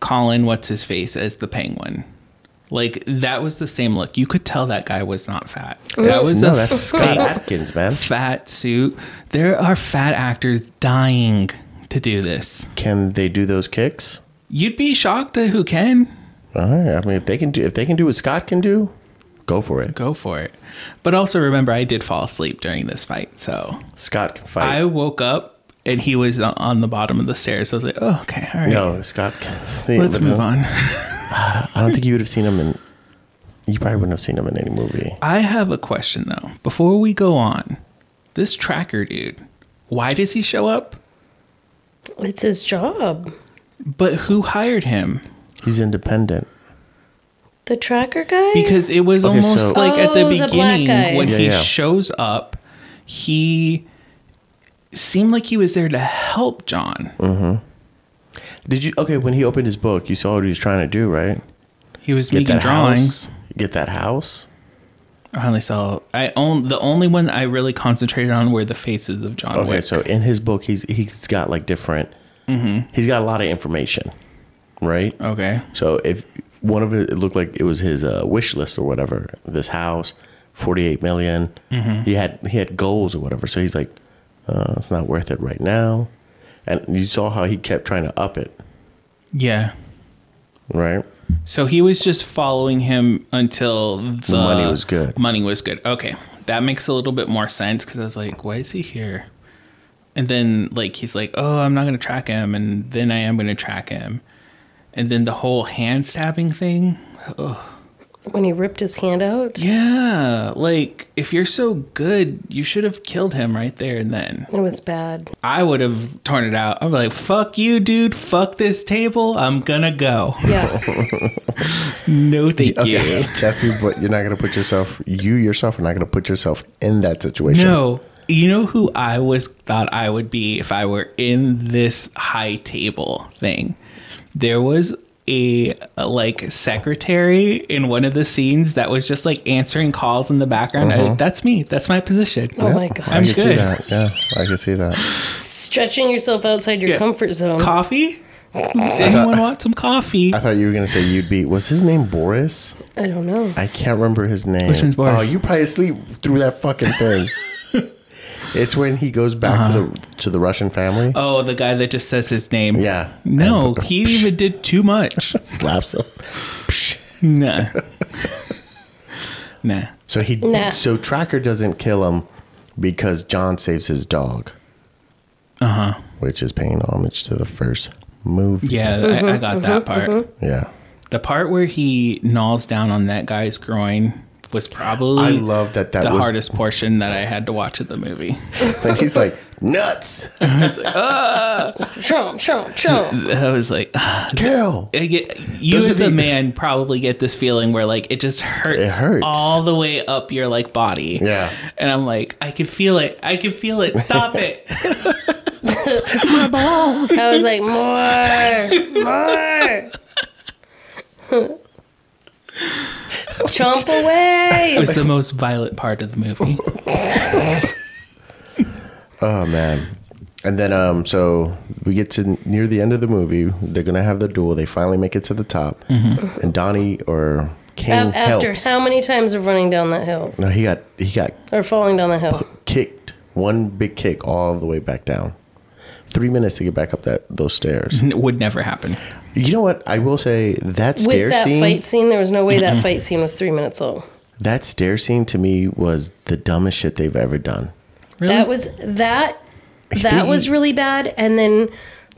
Speaker 2: Colin, what's his face, as the penguin. Like, that was the same look. You could tell that guy was not fat. That was
Speaker 1: no,
Speaker 2: a
Speaker 1: that's Scott
Speaker 2: fake
Speaker 1: Adkins, man.
Speaker 2: fat suit. There are fat actors dying to do this.
Speaker 1: Can they do those kicks?
Speaker 2: You'd be shocked at who can.
Speaker 1: All right. I mean, if they can do if they can do what Scott can do, go for it.
Speaker 2: Go for it. But also remember, I did fall asleep during this fight, so
Speaker 1: Scott can fight.
Speaker 2: I woke up and he was on- on the bottom of the stairs. I was like, oh, okay, all right.
Speaker 1: no, Scott can see.
Speaker 2: Let's
Speaker 1: but
Speaker 2: move
Speaker 1: no,
Speaker 2: on.
Speaker 1: I don't think you would have seen him in. You probably wouldn't have seen him in any movie.
Speaker 2: I have a question though. Before we go on, this tracker dude, why does he show up?
Speaker 3: It's his job.
Speaker 2: But who hired him?
Speaker 1: He's independent.
Speaker 3: The tracker guy?
Speaker 2: Because it was
Speaker 1: Okay, so-
Speaker 2: almost like at the
Speaker 3: Oh, the black
Speaker 2: beginning
Speaker 3: guy.
Speaker 2: when
Speaker 1: Yeah,
Speaker 2: he
Speaker 1: yeah.
Speaker 2: shows up, he seemed like he was there to help John.
Speaker 1: Mm. Did you okay when he opened his book? You saw what he was trying to do, right?
Speaker 2: He was making drawings.
Speaker 1: house. Get that house.
Speaker 2: I only saw I own the only one I really concentrated on were the faces of John
Speaker 1: Okay,
Speaker 2: Wick.
Speaker 1: so in his book, he's he's got like different.
Speaker 2: Mm-hmm.
Speaker 1: He's got a lot of information, right?
Speaker 2: okay.
Speaker 1: So if one of it, it looked like it was his uh, wish list or whatever, this house, forty-eight million.
Speaker 2: Mm-hmm.
Speaker 1: He had he had goals or whatever. So he's like, uh, it's not worth it right now. And you saw how he kept trying to up it,
Speaker 2: Yeah.
Speaker 1: right?
Speaker 2: So he was just following him until the,
Speaker 1: money was good.
Speaker 2: Money was good. Okay, that makes a little bit more sense because I was like, why is he here? And then like he's like, oh, I'm not gonna track him, and then I am gonna track him, and then the whole hand stabbing thing.
Speaker 3: when he ripped his hand out
Speaker 2: Yeah, like if you're so good, you should have killed him right there and then.
Speaker 3: it was bad
Speaker 2: I would have torn it out. I'm like, fuck you, dude. Fuck this table. I'm gonna go.
Speaker 3: yeah
Speaker 2: No, thank you.
Speaker 1: Okay, Jesse, but you're not gonna put yourself. You yourself are not gonna put yourself in that situation.
Speaker 2: No. You know who I was thought I would be if I were in this high table thing? There was a, a, like secretary in one of the scenes that was just like answering calls in the background. I-
Speaker 1: Uh-huh.
Speaker 2: that's me. That's my position.
Speaker 3: oh my
Speaker 1: I
Speaker 3: god
Speaker 2: I'm
Speaker 1: can see
Speaker 2: good.
Speaker 1: that. Yeah, I can see that.
Speaker 3: stretching yourself outside your
Speaker 2: Yeah.
Speaker 3: comfort zone
Speaker 2: Coffee? Anyone want some coffee?
Speaker 1: I thought you were gonna say you'd be. Was his name Boris?
Speaker 3: i don't know
Speaker 1: I can't remember his name.
Speaker 2: Which one's Boris?
Speaker 1: Oh, you probably sleep through that fucking thing. it's when he goes back
Speaker 2: Uh-huh.
Speaker 1: to the to the Russian family.
Speaker 2: Oh, the guy that just says his name.
Speaker 1: Yeah.
Speaker 2: No,
Speaker 1: And put-
Speaker 2: he even did too much.
Speaker 1: slaps him. Psh.
Speaker 2: nah. nah.
Speaker 1: So he
Speaker 3: Nah.
Speaker 1: so Tracker doesn't kill him because John saves his dog,
Speaker 2: Uh huh.
Speaker 1: which is paying homage to the first movie.
Speaker 2: Yeah,
Speaker 1: Mm-hmm,
Speaker 2: I, I got that part.
Speaker 1: Yeah.
Speaker 2: The part where he gnaws down on that guy's groin was probably
Speaker 1: I love that that
Speaker 2: the
Speaker 1: was
Speaker 2: hardest portion that I had to watch of the movie.
Speaker 1: But he's like nuts.
Speaker 3: chomp chomp chomp
Speaker 2: I was like, ah.
Speaker 1: Kill.
Speaker 2: I get- you
Speaker 1: Those are
Speaker 2: as a
Speaker 1: the-
Speaker 2: man probably get this feeling where like it just hurts,
Speaker 1: It hurts.
Speaker 2: all the way up your like body.
Speaker 1: Yeah.
Speaker 2: and I'm like, I can feel it. I can feel it. Stop it.
Speaker 3: i was like more more chomp
Speaker 2: It
Speaker 3: away
Speaker 2: was the most violent part of the movie.
Speaker 1: Oh man. And then um so we get to near the end of the movie, they're gonna have the duel, they finally make it to the top. And Donnie or King
Speaker 3: Mm-hmm. Af- after
Speaker 1: helps.
Speaker 3: how many times of running down that hill
Speaker 1: no, he got he got
Speaker 3: or falling down the hill
Speaker 1: kicked. One big kick all the way back down. Three minutes to get back up that those stairs.
Speaker 2: It would never happen.
Speaker 1: You know what? I will say that stair
Speaker 3: Mm-hmm. with that
Speaker 1: scene
Speaker 3: fight scene there was no way that fight scene was three minutes long
Speaker 1: that stair scene to me was the dumbest shit they've ever done.
Speaker 2: Really?
Speaker 3: That was that that
Speaker 1: They-
Speaker 3: was really bad and then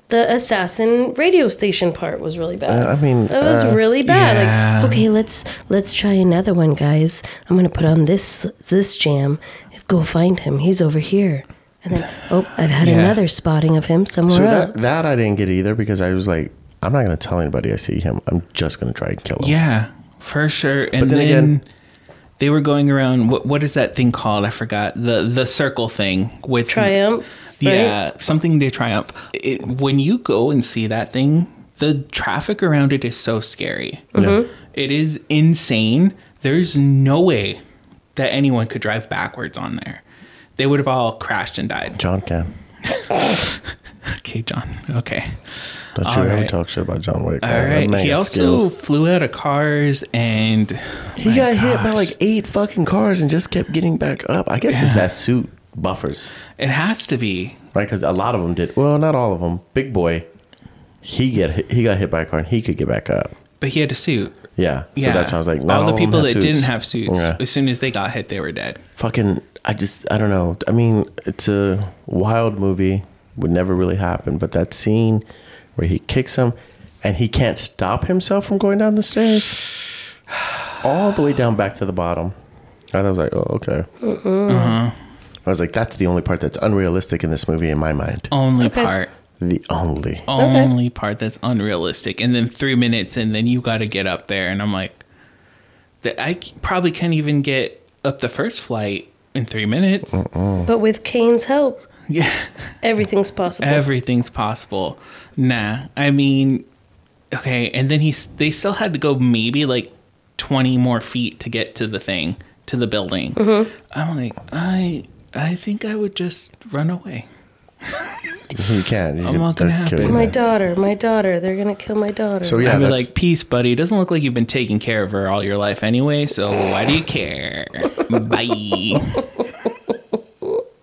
Speaker 3: the assassin radio station part was really bad.
Speaker 1: Uh, I mean,
Speaker 3: it was
Speaker 1: uh,
Speaker 3: really bad.
Speaker 2: Yeah.
Speaker 3: Like, okay, let's let's try another one, guys. I'm going to put on this this jam. Go find him. He's over here. And then, oh, I've had
Speaker 2: Yeah.
Speaker 3: another spotting of him somewhere
Speaker 1: So
Speaker 3: else.
Speaker 1: that, that I didn't get either because I was like, I'm not going to tell anybody I see him. I'm just going to try and kill him.
Speaker 2: Yeah, for sure. And
Speaker 1: then
Speaker 2: then,
Speaker 1: again-
Speaker 2: they were going around. What what is that thing called? I forgot the the circle thing with
Speaker 3: Triumph,
Speaker 2: Yeah, something they triumph. It, when you go and see that thing, the traffic around it is so scary.
Speaker 1: Mm-hmm.
Speaker 2: It is insane. There's no way that anyone could drive backwards on there. They would have all crashed and died.
Speaker 1: John can.
Speaker 2: Okay, John. Okay.
Speaker 1: Don't you
Speaker 2: All
Speaker 1: ever
Speaker 2: right.
Speaker 1: talk shit about John Wick.
Speaker 2: All
Speaker 1: man. That
Speaker 2: right.
Speaker 1: man
Speaker 2: He
Speaker 1: got
Speaker 2: also
Speaker 1: skills.
Speaker 2: flew out of cars and
Speaker 1: He
Speaker 2: my
Speaker 1: got hit by
Speaker 2: gosh.
Speaker 1: like eight fucking cars and just kept getting back up. I guess it's that suit buffers,
Speaker 2: It has to be.
Speaker 1: right? Because a lot of them did. Well, not all of them. Big boy, he get hit, he got hit by a car and he could get back up.
Speaker 2: But he had a suit.
Speaker 1: Yeah. So that's why I was like, not
Speaker 2: all the
Speaker 1: of them
Speaker 2: people
Speaker 1: have
Speaker 2: that
Speaker 1: suits.
Speaker 2: didn't have suits,
Speaker 1: Yeah.
Speaker 2: as soon as they got hit, they were dead.
Speaker 1: Fucking, I just, I don't know. I mean, it's a wild movie. Would never really happen. But that scene where he kicks him and he can't stop himself from going down the stairs, all the way down back to the bottom. And I was like, oh, okay.
Speaker 2: Uh-huh.
Speaker 1: I was like, that's the only part that's unrealistic in this movie in my mind.
Speaker 2: Only
Speaker 3: Okay.
Speaker 2: part,
Speaker 1: The only.
Speaker 2: Oh. only part that's unrealistic. And then three minutes, and then you got to get up there. And I'm like, the, I c- probably can't even get up the first flight in three minutes.
Speaker 3: But with Kane's help,
Speaker 2: Yeah,
Speaker 3: everything's possible.
Speaker 2: everything's possible. Nah, I mean, okay. And then he's they still had to go maybe like 20 more feet to get to the thing to the building. I'm like, I I think I would just run away.
Speaker 1: You can. You
Speaker 2: I'm
Speaker 1: can-
Speaker 2: not gonna
Speaker 1: they'll kill
Speaker 2: happen.
Speaker 1: you.
Speaker 3: my daughter, my daughter, they're gonna kill my daughter.
Speaker 1: So yeah,
Speaker 2: I'd be
Speaker 1: that's,
Speaker 2: like, peace, buddy. Doesn't look like you've been taking care of her all your life anyway, so why do you care? Bye.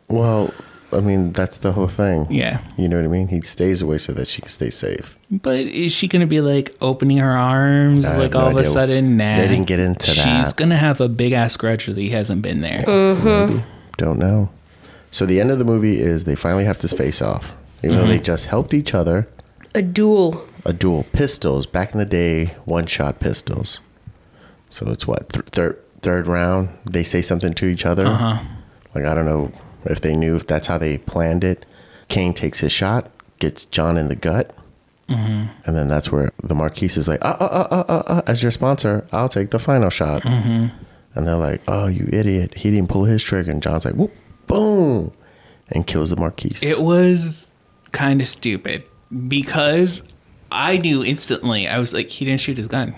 Speaker 1: well, I mean, that's the whole thing.
Speaker 2: Yeah.
Speaker 1: You know what I mean? He stays away so that she can stay safe.
Speaker 2: But is she going to be like opening her arms,
Speaker 1: I have
Speaker 2: like
Speaker 1: no
Speaker 2: all of a
Speaker 1: idea.
Speaker 2: sudden? Nah.
Speaker 1: They didn't get into
Speaker 2: She's
Speaker 1: that.
Speaker 2: going to have a big ass grudge that he hasn't been there.
Speaker 1: Don't know. So the end of the movie is they finally have to face off. Even though they just helped each other,
Speaker 3: a duel.
Speaker 1: a duel. Pistols. Back in the day, one shot pistols. So it's what? Th- third, third round? They say something to each other. Like, I don't know if they knew if that's how they planned it. Kane takes his shot, gets John in the gut. And then that's where the Marquise is like, uh, uh, uh, uh, uh, uh, as your sponsor, I'll take the final shot. And they're like, oh, you idiot. He didn't pull his trigger. And John's like, whoop, boom, and kills the Marquise.
Speaker 2: It was kind of stupid because I knew instantly. I was like, he didn't shoot his gun.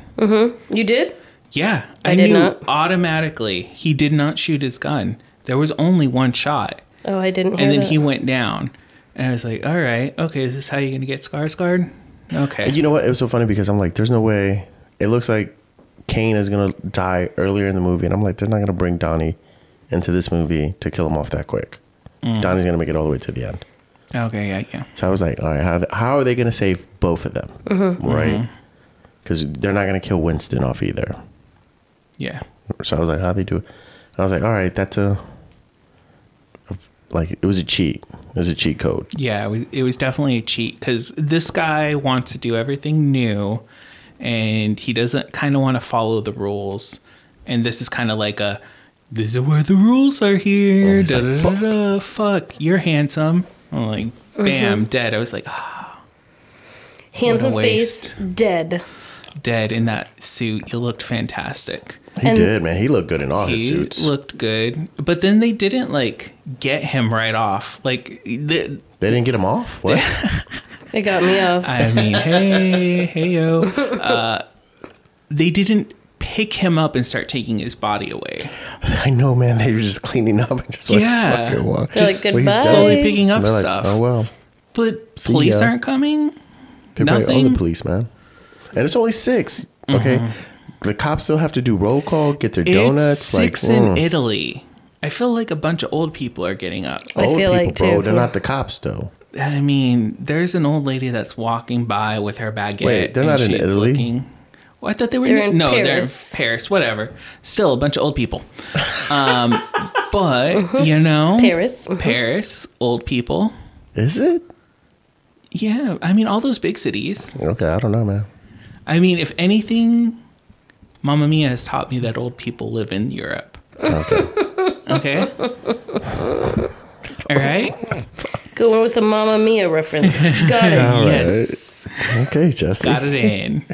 Speaker 3: You did?
Speaker 2: Yeah, I,
Speaker 3: did
Speaker 2: knew
Speaker 3: not.
Speaker 2: automatically he did not shoot his gun. There was only one shot.
Speaker 3: Oh, I didn't. Hear
Speaker 2: and then
Speaker 3: that.
Speaker 2: he went down. And I was like, all right, okay, is this how you're going to get Skarsgård? Okay.
Speaker 1: You know what? It was so funny because I'm like, there's no way. It looks like Kane is gonna die earlier in the movie, and I'm like, they're not gonna bring Donnie into this movie to kill him off that quick.
Speaker 2: Mm.
Speaker 1: Donnie's gonna make it all the way to the end.
Speaker 2: okay, yeah, yeah.
Speaker 1: So I was like, all right, how, how are they gonna save both of them,
Speaker 2: Mm-hmm.
Speaker 1: right? Because they're not gonna kill Winston off either.
Speaker 2: Yeah.
Speaker 1: So I was like, how they do it? And I was like, all right, that's a like it was a cheat. It was a cheat code.
Speaker 2: Yeah, it was, it was definitely a cheat because this guy wants to do everything new and he doesn't kind of want to follow the rules. And this is kind of like a, this is where the rules are here.
Speaker 1: Oh, he's
Speaker 2: Da,
Speaker 1: like,
Speaker 2: da,
Speaker 1: "Fuck."
Speaker 2: da, da, fuck, you're handsome. I'm like, bam, dead. I was like, ah,
Speaker 3: Hands
Speaker 2: What a
Speaker 3: and face dead.
Speaker 2: dead in that suit. You looked fantastic.
Speaker 1: He
Speaker 3: And-
Speaker 1: did, man. He looked good in all his
Speaker 2: he
Speaker 1: suits.
Speaker 2: looked good, but then they didn't like get him right off. Like, the,
Speaker 1: they didn't get him off. What?
Speaker 3: It got me off.
Speaker 2: I mean, hey, hey yo, uh, they didn't pick him up and start taking his body away.
Speaker 1: I know, man. They were just cleaning up and just like,
Speaker 2: Yeah.
Speaker 1: yeah. fuck it, well,
Speaker 3: They're like,
Speaker 1: just- well, he's
Speaker 3: "Goodbye."
Speaker 1: done."
Speaker 2: Slowly picking up
Speaker 1: They're like,
Speaker 2: stuff,
Speaker 1: oh, well.
Speaker 2: but police
Speaker 1: ya.
Speaker 2: aren't coming.
Speaker 1: People are like, oh,
Speaker 2: Nothing.
Speaker 1: the police, man. And it's only six. Okay. The cops still have to do roll call, get their donuts.
Speaker 2: Mm-hmm. it's six
Speaker 1: like,
Speaker 2: in
Speaker 1: mm.
Speaker 2: Italy. I feel like a bunch of old people are getting up.
Speaker 3: I
Speaker 1: Old
Speaker 3: feel
Speaker 1: people,
Speaker 3: like
Speaker 1: bro.
Speaker 3: too.
Speaker 1: They're
Speaker 3: yeah.
Speaker 1: not the cops, though.
Speaker 2: I mean, there's an old lady that's walking by with her baguette.
Speaker 1: Wait, they're
Speaker 2: and
Speaker 1: not in
Speaker 2: she's
Speaker 1: Italy?
Speaker 2: looking- Well, I thought they were
Speaker 3: They're
Speaker 2: in,
Speaker 3: in
Speaker 2: no,
Speaker 3: Paris.
Speaker 2: they're in Paris, whatever. Still a bunch of old people. Um, but you know,
Speaker 3: Uh-huh. Paris. mhm.
Speaker 2: Paris, old people.
Speaker 1: Is it?
Speaker 2: Yeah, I mean all those big cities.
Speaker 1: Okay, I don't know, man.
Speaker 2: I mean, if anything, Mamma Mia has taught me that old people live in Europe.
Speaker 1: Okay.
Speaker 2: Okay. All right.
Speaker 3: Going with the Mamma Mia reference. Got it.
Speaker 2: yes.
Speaker 1: Okay, Jesse.
Speaker 2: Got it in.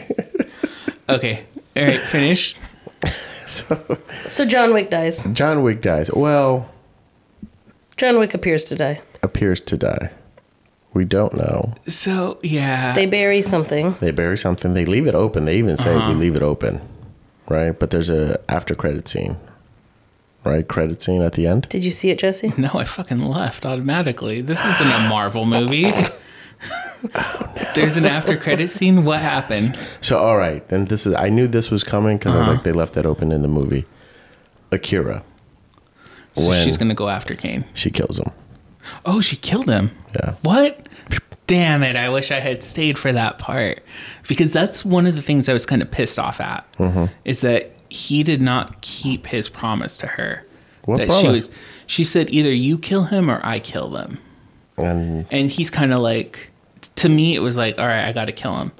Speaker 2: Okay. All right. Finished.
Speaker 1: So
Speaker 3: So John Wick dies.
Speaker 1: John Wick dies. Well,
Speaker 3: John Wick appears to die.
Speaker 1: appears to die. We don't know.
Speaker 2: So yeah.
Speaker 3: They bury something.
Speaker 1: They bury something. They leave it open. They even say
Speaker 2: Uh-huh.
Speaker 1: we leave it open, right? But there's a after credit scene, right? Credit scene at the end.
Speaker 3: Did you see it, Jesse?
Speaker 2: no, I fucking left automatically. This isn't a Marvel movie.
Speaker 1: Oh,
Speaker 2: There's an after credit scene. What happened?
Speaker 1: So all right, and this is I knew this was coming because
Speaker 2: Uh-huh.
Speaker 1: I was like they left that open in the movie. Akira,
Speaker 2: So
Speaker 1: When?
Speaker 2: she's gonna go after Kane.
Speaker 1: she kills him.
Speaker 2: Oh, she killed him.
Speaker 1: Yeah.
Speaker 2: What? Damn it. I wish I had stayed for that part because that's one of the things I was kind of pissed off at
Speaker 1: Mm-hmm.
Speaker 2: is that he did not keep his promise to her.
Speaker 1: What
Speaker 2: that she
Speaker 1: promise?
Speaker 2: was she said either you kill him or I kill them.
Speaker 1: And
Speaker 2: And he's kind of like to me it was like all right, I got to kill him.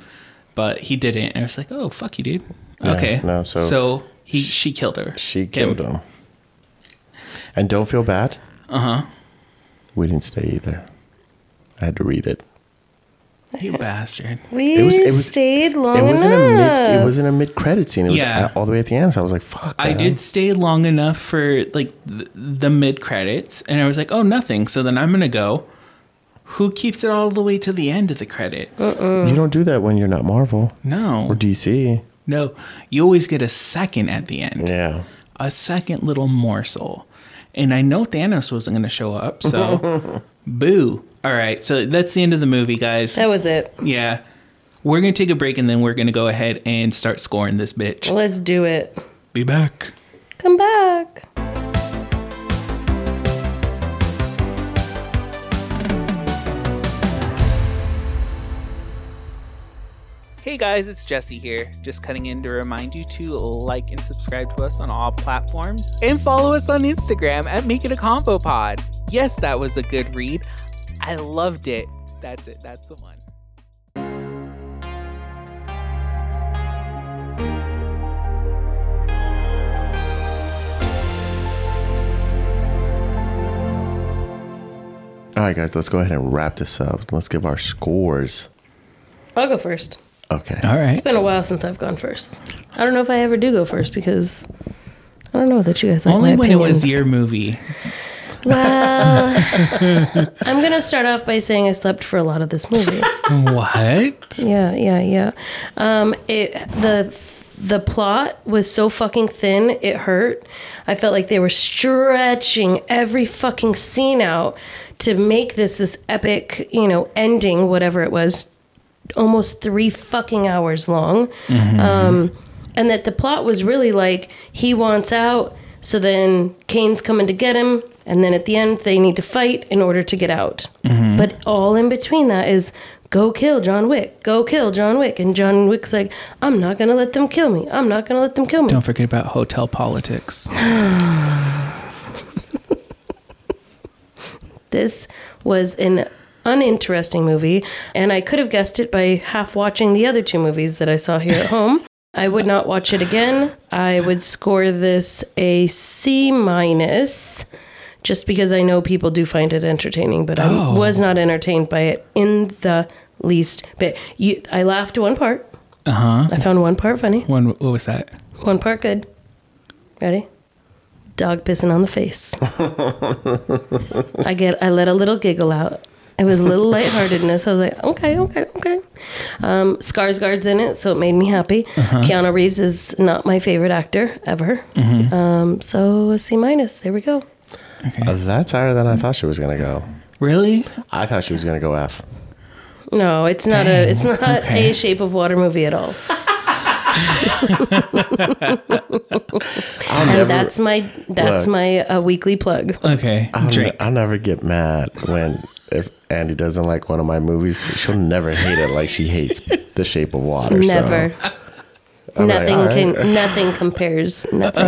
Speaker 2: But he didn't. And I was like, "Oh, fuck you, dude." okay.
Speaker 1: no, so-
Speaker 2: he she killed her.
Speaker 1: she killed him. And don't feel bad. Uh huh.
Speaker 2: Uh-huh.
Speaker 1: We didn't stay either. I had to read it.
Speaker 2: You bastard.
Speaker 3: We
Speaker 1: was- it was-
Speaker 3: stayed long
Speaker 1: it wasn't
Speaker 3: enough.
Speaker 1: a mid. It wasn't a mid credit scene. It was
Speaker 2: Yeah.
Speaker 1: a- all the way at the end. So I was like, "Fuck."
Speaker 2: I
Speaker 1: man.
Speaker 2: did stay long enough for like the, the mid credits, and I was like, "Oh, nothing." So then I'm gonna go. Who keeps it all the way to the end of the credits?
Speaker 1: You don't do that when you're not Marvel
Speaker 2: No,
Speaker 1: Uh-uh. or DC.
Speaker 2: no. You always get a second at the end,
Speaker 1: Yeah.
Speaker 2: a second little morsel. And I know Thanos wasn't gonna show up, so boo. All right, so that's the end of the movie, guys.
Speaker 3: that was it.
Speaker 2: Yeah, we're gonna take a break, and then we're gonna go ahead and start scoring this bitch.
Speaker 3: Let's do it.
Speaker 2: Be back.
Speaker 3: Come back.
Speaker 2: Hey guys, it's Jesse here. Just cutting in to remind you to like and subscribe to us on all platforms and follow us on Instagram at Make It a Combo Pod. Yes, that was a good read. I loved it. That's it. That's the one.
Speaker 1: All right, guys. Let's go ahead and wrap this up. Let's give our scores.
Speaker 3: I'll go first.
Speaker 1: Okay.
Speaker 2: All
Speaker 3: It's
Speaker 2: right.
Speaker 3: been a while since I've gone first. I don't know if I ever do go first because I don't know that you guys like
Speaker 2: Only
Speaker 3: my
Speaker 2: when it was
Speaker 3: opinions.
Speaker 2: your movie.
Speaker 3: Well, Uh, I'm gonna start off by saying I slept for a lot of this movie.
Speaker 2: What?
Speaker 3: yeah, yeah, yeah. Um, it the the plot was so fucking thin it hurt. I felt like they were stretching every fucking scene out to make this this epic, you know, ending whatever it was, almost three fucking hours long. Um, and that the plot was really like he wants out, so then Kane's coming to get him, and then at the end they need to fight in order to get out. But all in between that is go kill John Wick, go kill John Wick, and John Wick's like, I'm not gonna let them kill me, I'm not gonna let them kill me.
Speaker 2: Don't forget about hotel politics.
Speaker 3: This was an uninteresting movie, and I could have guessed it by half watching the other two movies that I saw here at home. I would not watch it again. I would score this a C minus, just because I know people do find it entertaining, but I
Speaker 2: Oh.
Speaker 3: was not entertained by it in the least bit. You, I laughed one part.
Speaker 2: Uh huh.
Speaker 3: I found one part funny,
Speaker 2: When? What was that?
Speaker 3: one part good. Ready? Dog pissing on the face. I get I let a little giggle out. It was a little lightheartedness. I was like, okay, okay, okay. Um, Skarsgård's in it, so it made me happy.
Speaker 1: Uh-huh.
Speaker 3: Keanu Reeves is not my favorite actor ever.
Speaker 1: Mm-hmm.
Speaker 3: Um, so a C minus. There we go.
Speaker 1: Uh, that's higher than I thought she was gonna go.
Speaker 2: Really?
Speaker 1: I thought she was gonna go F.
Speaker 3: No, it's not a it's not
Speaker 2: okay.
Speaker 3: a Shape of Water movie at all.
Speaker 1: I'll
Speaker 3: And
Speaker 1: never,
Speaker 3: Oh, that's my that's
Speaker 1: Look.
Speaker 3: my uh, weekly plug.
Speaker 2: Okay.
Speaker 1: I'll, ne-
Speaker 2: Drink.
Speaker 1: I'll never get mad when if Andy doesn't like one of my movies, she'll never hate it like she hates The Shape of Water.
Speaker 3: Never.
Speaker 1: I'm like,
Speaker 3: nothing
Speaker 1: all right.
Speaker 3: can nothing compares. Nothing.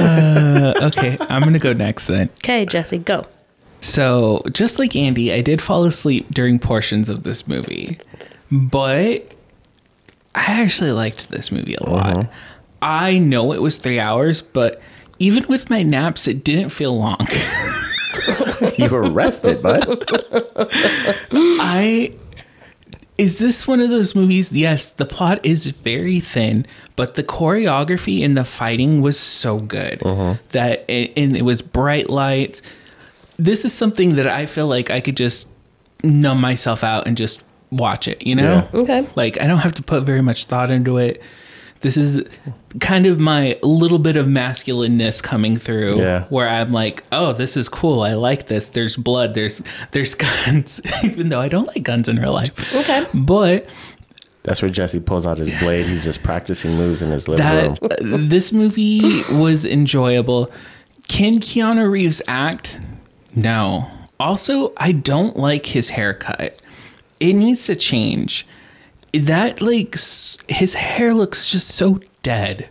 Speaker 2: okay. I'm gonna go next then.
Speaker 3: Okay, Jesse, go.
Speaker 2: So, just like Andy, I did fall asleep during portions of this movie, but I actually liked this movie a lot. I know it was three hours, but even with my naps, it didn't feel long.
Speaker 1: you were arrested, bud.
Speaker 2: I is this one of those movies? Yes, the plot is very thin, but the choreography and the fighting was so good
Speaker 1: Uh-huh.
Speaker 2: that it, and it was bright lights. This is something that I feel like I could just numb myself out and just watch it. You know,
Speaker 1: Yeah.
Speaker 3: Okay.
Speaker 2: like I don't have to put very much thought into it. This is kind of my little bit of masculineness coming through
Speaker 1: Yeah.
Speaker 2: where I'm like, "Oh, this is cool. I like this. There's blood, there's there's guns." Even though I don't like guns in real life.
Speaker 3: Okay.
Speaker 2: But
Speaker 1: That's where Jesse pulls out his blade. He's just practicing moves in his living room.
Speaker 2: that this movie was enjoyable. Can Keanu Reeves act? No. Also, I don't like his haircut. It needs to change. That like s- his hair looks just so dead.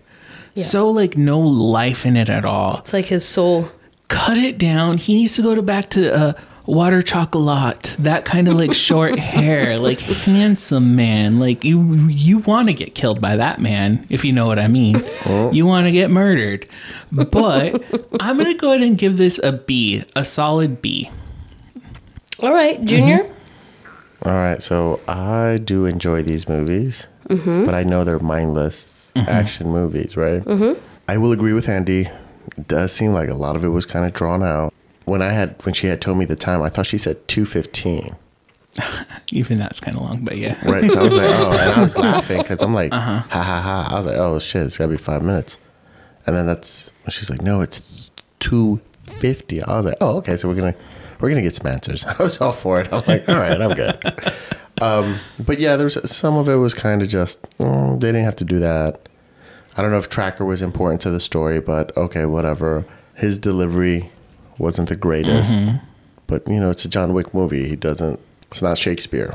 Speaker 2: So like no life in it at all.
Speaker 3: It's like his soul.
Speaker 2: Cut it down. He needs to go to back to uh, water chocolate. That kind of like short hair, like handsome man. Like you you want to get killed by that man if you know what I mean. You want to get murdered. But I'm going to go ahead and give this a B, a solid B.
Speaker 3: All
Speaker 2: Mm-hmm.
Speaker 3: right, Junior.
Speaker 1: All right, so I do enjoy these movies, but I know they're mindless action movies, right? Mm-hmm. I will agree with Andy. It does seem like a lot of it was kind of drawn out. When I had when she had told me the time, I thought she said two fifteen.
Speaker 2: Even that's kind of long, but yeah.
Speaker 1: Right, so I was like, oh, and I was laughing because I'm like, ha ha ha. I was like, oh shit, it's gotta be five minutes, and then that's when she's like, no, it's two fifty. I was like, oh okay, so we're gonna we're gonna get some answers. I was all for it. I'm like, all right, I'm good. Um, but yeah, there's some of it was kind of just mm, they didn't have to do that. I don't know if Tracker was important to the story, but okay, whatever. His delivery wasn't the greatest, but you know, it's a John Wick movie. He doesn't. It's not Shakespeare.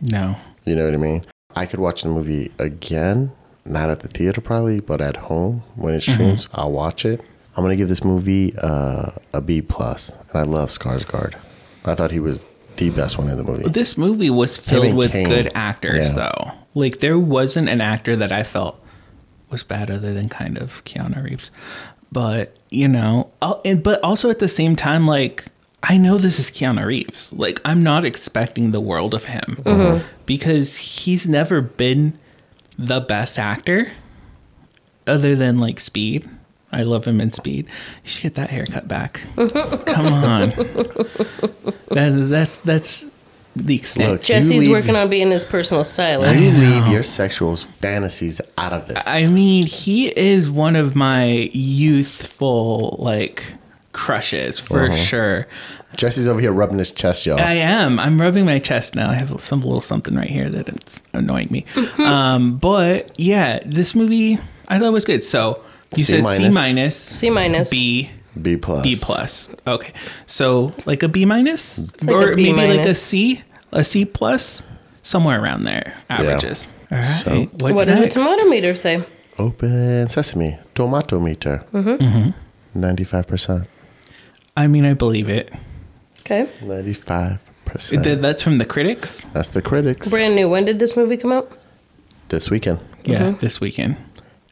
Speaker 2: No.
Speaker 1: You know what I mean? I could watch the movie again, not at the theater probably, but at home when
Speaker 2: Mm-hmm.
Speaker 1: it streams, I'll watch it. I'm gonna give this movie uh, a B plus, and I love Skarsgård. I thought he was the best one in the movie.
Speaker 2: This movie was
Speaker 1: Him
Speaker 2: filled
Speaker 1: and
Speaker 2: with
Speaker 1: Kane.
Speaker 2: good actors,
Speaker 1: Yeah.
Speaker 2: though. Like there wasn't an actor that I felt was bad, other than kind of Keanu Reeves. But you know, I'll, and, but also at the same time, like I know this is Keanu Reeves. Like I'm not expecting the world of him
Speaker 1: Mm-hmm.
Speaker 2: because he's never been the best actor, other than like Speed. I love him in Speed. You should get that haircut back. Come on. That, that's that's the extent.
Speaker 1: Look, you
Speaker 3: Jesse's
Speaker 1: leave-
Speaker 3: working on being his personal stylist.
Speaker 1: You leave your sexual fantasies out of this.
Speaker 2: I mean, he is one of my youthful like crushes for
Speaker 1: Uh-huh.
Speaker 2: sure.
Speaker 1: Jesse's over here rubbing his chest, y'all.
Speaker 2: I am. I'm rubbing my chest now. I have some little something right here that it's annoying me.
Speaker 1: Mm-hmm.
Speaker 2: um, but yeah, this movie I thought was good. So you
Speaker 1: C
Speaker 2: said C
Speaker 1: minus.
Speaker 2: minus,
Speaker 3: C minus.
Speaker 2: B,
Speaker 1: B plus.
Speaker 2: B plus. Okay, so like a B minus,
Speaker 3: like
Speaker 2: or
Speaker 3: a B
Speaker 2: maybe like a
Speaker 3: minus.
Speaker 2: C, a C plus, somewhere around there. Averages. All right.
Speaker 1: So-
Speaker 2: what's
Speaker 3: What does
Speaker 2: next?
Speaker 3: the tomato meter say?
Speaker 1: Open sesame. Tomato meter.
Speaker 2: Mm-hmm.
Speaker 1: Ninety-five percent.
Speaker 2: I mean, I believe it.
Speaker 3: Okay.
Speaker 1: Ninety-five
Speaker 2: Th-
Speaker 1: percent.
Speaker 2: that's from the critics.
Speaker 1: That's the critics
Speaker 3: Brand new. When did this movie come out?
Speaker 1: this weekend.
Speaker 2: Yeah,
Speaker 3: Mm-hmm.
Speaker 2: this weekend.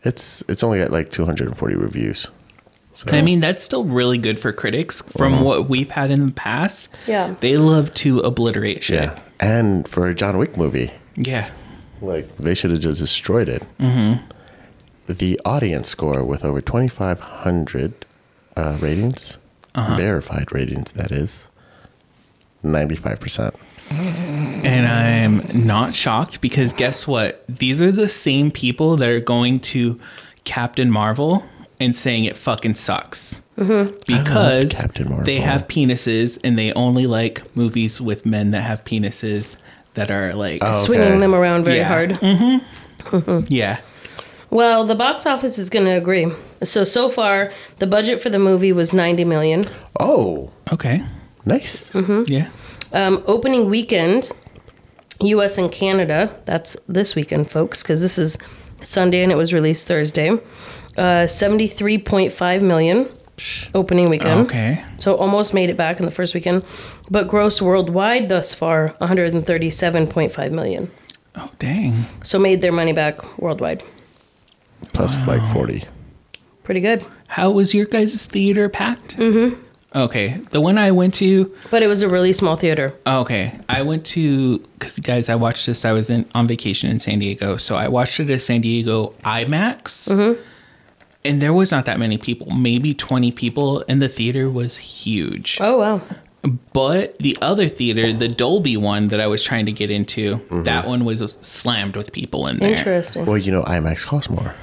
Speaker 1: It's it's only got like 240 reviews. So
Speaker 3: Oh.
Speaker 2: I mean, that's still really good for critics from what we've had in the past.
Speaker 3: Yeah.
Speaker 2: They love to obliterate shit.
Speaker 1: yeah, and for a John Wick movie,
Speaker 2: Yeah.
Speaker 1: like they should have just destroyed it. Mm-hmm. The audience score with over 2,500 uh, ratings,
Speaker 2: Uh-huh.
Speaker 1: verified ratings, that is, 95 percent.
Speaker 2: And I'm not shocked because guess what? These are the same people that are going to Captain Marvel and saying it fucking sucks. Mm-hmm. Because
Speaker 1: Captain Marvel.
Speaker 2: they have penises and they only like movies with men that have penises that are like,
Speaker 1: Oh.
Speaker 3: Swinging them around very
Speaker 2: Yeah. Mm.
Speaker 3: hard.
Speaker 2: yeah.
Speaker 3: Well, the box office is going to agree. So so far, the budget for the movie was 90 million.
Speaker 1: Oh,
Speaker 2: Okay.
Speaker 1: nice.
Speaker 2: Yeah.
Speaker 3: Um, opening weekend, U.S. and Canada. That's this weekend, folks, because this is Sunday and it was released Thursday. Uh, 73.5 million opening weekend.
Speaker 2: Okay.
Speaker 3: So almost made it back in the first weekend, but gross worldwide thus far 137.5 million.
Speaker 2: Oh, dang.
Speaker 3: So made their money back worldwide.
Speaker 1: Plus like 40.
Speaker 3: Pretty good.
Speaker 2: How was your guys' theater packed? Mm-hmm. Okay, the one I went to.
Speaker 3: But it was a really small theater.
Speaker 2: Oh, Okay, I went to because guys, I watched this. I was in on vacation in San Diego, so I watched it at San Diego IMAX,
Speaker 3: Mm-hmm.
Speaker 2: and there was not that many people, maybe twenty people, and the theater was huge.
Speaker 3: Oh wow.
Speaker 2: But the other theater, the Dolby one that I was trying to get into, that one was slammed with people in there.
Speaker 3: Interesting.
Speaker 1: Eh. Well, you know, IMAX costs more.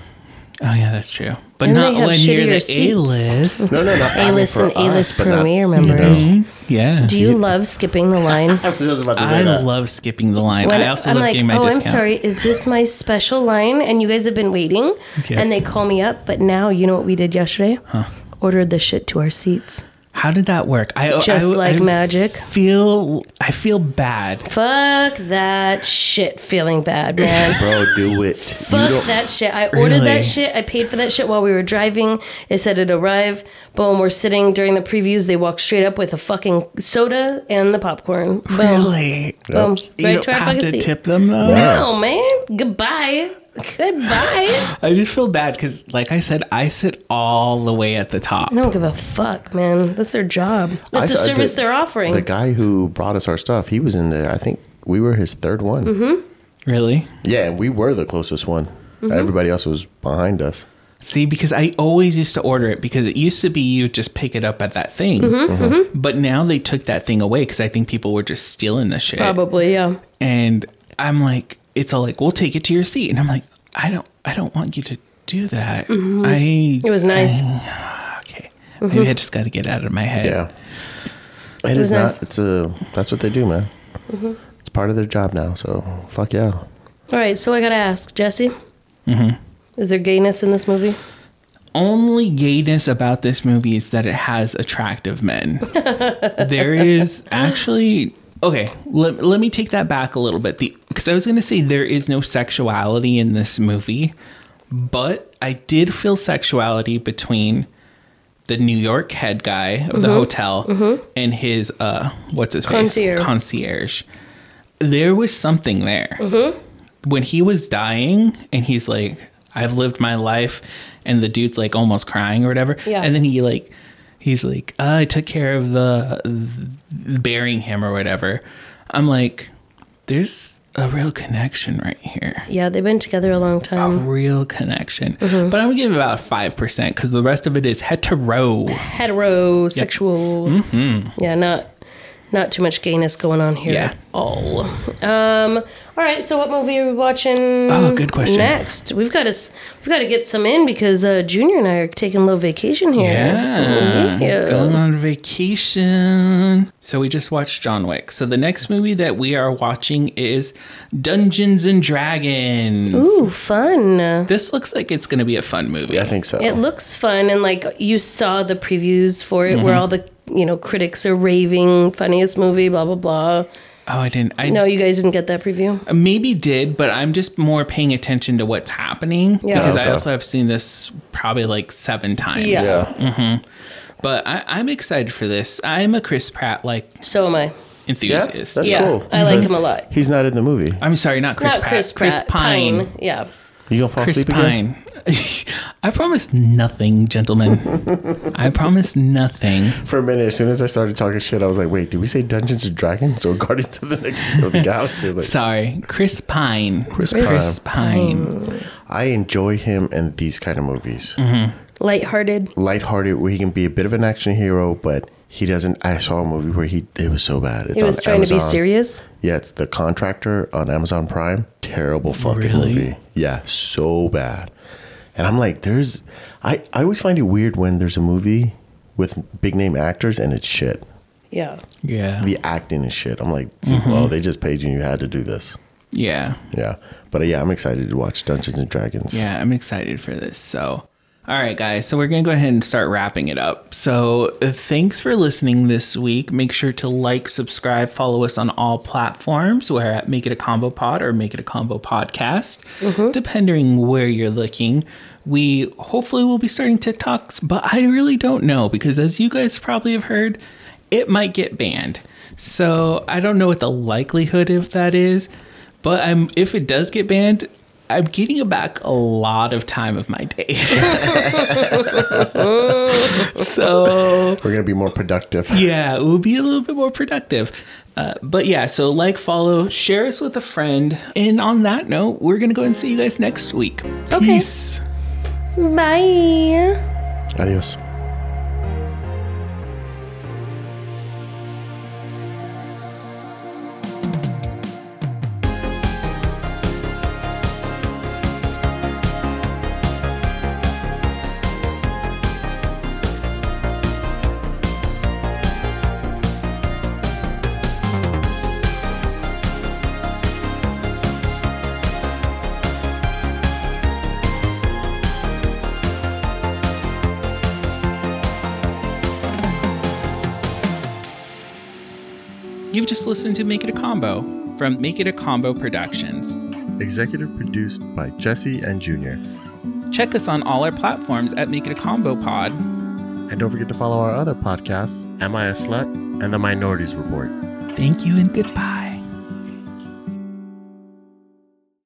Speaker 2: Oh yeah, that's true. But
Speaker 3: And
Speaker 2: not
Speaker 3: they have
Speaker 2: when you're
Speaker 3: shittier
Speaker 2: the
Speaker 3: seats.
Speaker 2: A list.
Speaker 1: No, no, not
Speaker 3: A-list
Speaker 1: for
Speaker 3: and A-list
Speaker 1: us, but not-
Speaker 3: premiere
Speaker 1: you
Speaker 3: members.
Speaker 1: know.
Speaker 2: Mm-hmm. Yeah.
Speaker 3: Do you love skipping the line?
Speaker 1: I was about to say
Speaker 2: I
Speaker 1: that.
Speaker 2: love skipping the line.
Speaker 3: When
Speaker 2: I also
Speaker 3: I'm
Speaker 2: love
Speaker 3: like,
Speaker 2: getting my
Speaker 3: oh,
Speaker 2: discount.
Speaker 3: I'm sorry. Is this my special line? And you guys have been waiting,
Speaker 2: Okay.
Speaker 3: and they call me up. But now you know what we did yesterday? Ordered the shit to our seats.
Speaker 2: How did that work? I
Speaker 3: Just
Speaker 2: I-
Speaker 3: like
Speaker 2: I
Speaker 3: magic.
Speaker 2: Feel I feel bad.
Speaker 3: Fuck that shit. Feeling bad, man.
Speaker 1: Bro, do it. you
Speaker 3: Fuck
Speaker 1: don't.
Speaker 3: that shit. I ordered
Speaker 2: Really?
Speaker 3: that shit. I paid for that shit while we were driving. It said it arrive. Boom, we're sitting during the previews. They walk straight up with a fucking soda and the popcorn. Boom.
Speaker 2: Really,
Speaker 3: Boom.
Speaker 2: you
Speaker 3: right
Speaker 2: don't
Speaker 3: to our
Speaker 2: have
Speaker 3: fucking
Speaker 2: to
Speaker 3: seat.
Speaker 2: tip them though.
Speaker 3: No, man. Goodbye. Goodbye.
Speaker 2: I just feel bad because, like I said, I sit all the way at the top.
Speaker 3: I don't give a fuck, man. That's their job.
Speaker 1: I
Speaker 3: That's the
Speaker 1: saw
Speaker 3: service they're offering.
Speaker 1: The guy who brought us our stuff, he was in there. I think we were his third one.
Speaker 3: Mm-hmm.
Speaker 2: Really.
Speaker 1: Yeah, and we were the closest one.
Speaker 3: Mm-hmm.
Speaker 1: Everybody else was behind us.
Speaker 2: See, because I always used to order it because it used to be you just pick it up at that thing,
Speaker 3: Mm-hmm,
Speaker 2: but now they took that thing away because I think people were just stealing the shit.
Speaker 3: Probably, yeah.
Speaker 2: and I'm like, it's all like, we'll take it to your seat, and I'm like, I don't, I don't want you to do that. I
Speaker 3: Mm-hmm.
Speaker 2: Oh,
Speaker 3: It was nice.
Speaker 2: Uh.
Speaker 3: Mm-hmm.
Speaker 2: okay, maybe I just got to get out of my head.
Speaker 1: Yeah. It
Speaker 3: was
Speaker 1: is
Speaker 3: nice.
Speaker 1: not.
Speaker 3: Mm-hmm.
Speaker 1: It's a. That's what they do, man. It's part of their job now. So fuck yeah.
Speaker 3: All right, so I gotta ask, Jesse. Mm-hmm. Is there gayness in this movie?
Speaker 2: only gayness about this movie is that it has attractive men. there is actually okay. Let, let me take that back a little bit. The because I was going to say there is no sexuality in this movie, but I did feel sexuality between the New York head guy of the hotel and his uh what's his
Speaker 3: Concierge.
Speaker 2: face concierge. There was something there when he was dying and he's like i've lived my life and the dude's like almost crying or whatever
Speaker 3: Yeah.
Speaker 2: and then he like he's like uh, i took care of the th- burying him or whatever i'm like there's a real connection right here
Speaker 3: Yeah, they've been together a long
Speaker 2: a
Speaker 3: time.
Speaker 2: real connection but i'm gonna give it about 5% because the rest of it is hetero
Speaker 3: Heterosexual. Yeah, not not too much gayness going on here
Speaker 2: Mm-hmm. Yeah.
Speaker 3: at all. Um, all right, so what movie are we watching?
Speaker 2: Oh, good question.
Speaker 3: Next, we've got to s- we've got to get some in because uh, Junior and I are taking a little vacation here.
Speaker 2: Yeah.
Speaker 3: Yeah.
Speaker 2: Going on vacation. So we just watched John Wick. So the next movie that we are watching is Dungeons and Dragons.
Speaker 3: Ooh, fun.
Speaker 2: This looks like it's going to be a fun movie.
Speaker 1: I think so.
Speaker 3: It looks fun, and like you saw the previews for it,
Speaker 2: Mm-hmm.
Speaker 3: where all the you know critics are raving, funniest movie, blah blah blah.
Speaker 2: Oh, I didn't. I
Speaker 3: No, you guys didn't get that preview.
Speaker 2: maybe did, but I'm just more paying attention to what's happening
Speaker 3: Yeah.
Speaker 2: because I
Speaker 1: Okay.
Speaker 2: also have seen this probably like seven times.
Speaker 3: Yeah.
Speaker 1: yeah.
Speaker 2: But I, I'm excited for this. I'm a Chris Pratt like
Speaker 3: So am I.
Speaker 2: enthusiast.
Speaker 1: that's- It's
Speaker 3: yeah,
Speaker 1: cool.
Speaker 3: I like him a lot.
Speaker 1: He's not in the movie.
Speaker 2: I'm sorry, not Chris
Speaker 3: Not
Speaker 2: Pratt.
Speaker 3: Chris Pratt.
Speaker 2: Chris Pine.
Speaker 3: Yeah.
Speaker 1: You gonna fall
Speaker 2: Chris
Speaker 1: asleep again?
Speaker 2: Pine. I promise nothing, gentlemen. I promise nothing.
Speaker 1: For a minute, as soon as I started talking shit, I was like, "Wait, did we say Dungeons and Dragons or Guardians of the Next of the Galaxy?" I was like,
Speaker 2: Sorry, Chris Pine.
Speaker 1: Chris
Speaker 2: Chris Pine.
Speaker 1: I enjoy him in these kind of movies.
Speaker 3: Lighthearted.
Speaker 1: Lighthearted, where he can be a bit of an action hero, but he doesn't. I saw a movie where he it was so bad. It's
Speaker 3: He was
Speaker 1: on
Speaker 3: trying
Speaker 1: Amazon.
Speaker 3: to be serious.
Speaker 1: Yeah, it's the contractor on Amazon Prime. Terrible fucking
Speaker 2: Really?
Speaker 1: movie. Yeah, so bad. And I'm like, there's. I I always find it weird when there's a movie with big name actors and it's shit.
Speaker 3: Yeah.
Speaker 2: Yeah.
Speaker 1: The acting is shit. I'm like, dude,
Speaker 2: Mm-hmm.
Speaker 1: well, they just paid you and you had to do this.
Speaker 2: Yeah.
Speaker 1: Yeah, but uh, yeah, I'm excited to watch Dungeons and Dragons.
Speaker 2: Yeah, I'm excited for this. So, all right, guys. So, we're going to go ahead and start wrapping it up. So, uh, thanks for listening this week. Make sure to like, subscribe, follow us on all platforms. We're at Make It a Combo Pod or Make It a Combo Podcast, depending where you're looking. We hopefully will be starting TikToks, but I really don't know because, as you guys probably have heard, it might get banned. So, I don't know what the likelihood of that is. But I'm, if it does get banned, I'm getting back a lot of time of my day. so
Speaker 1: We're gonna be more productive.
Speaker 2: yeah, it will be a little bit more productive. Uh, but yeah, so like, follow, share us with a friend. And on that note, we're going to go and see you guys next week.
Speaker 3: Okay.
Speaker 2: Peace.
Speaker 3: Bye.
Speaker 1: Adios.
Speaker 2: You've just listened to Make It a Combo from Make It a Combo Productions.
Speaker 1: Executive produced by Jesse and Junior.
Speaker 2: Check us on all our platforms at Make It a Combo Pod.
Speaker 1: And don't forget to follow our other podcasts, Am I a Slut and The Minorities Report.
Speaker 2: Thank you and goodbye.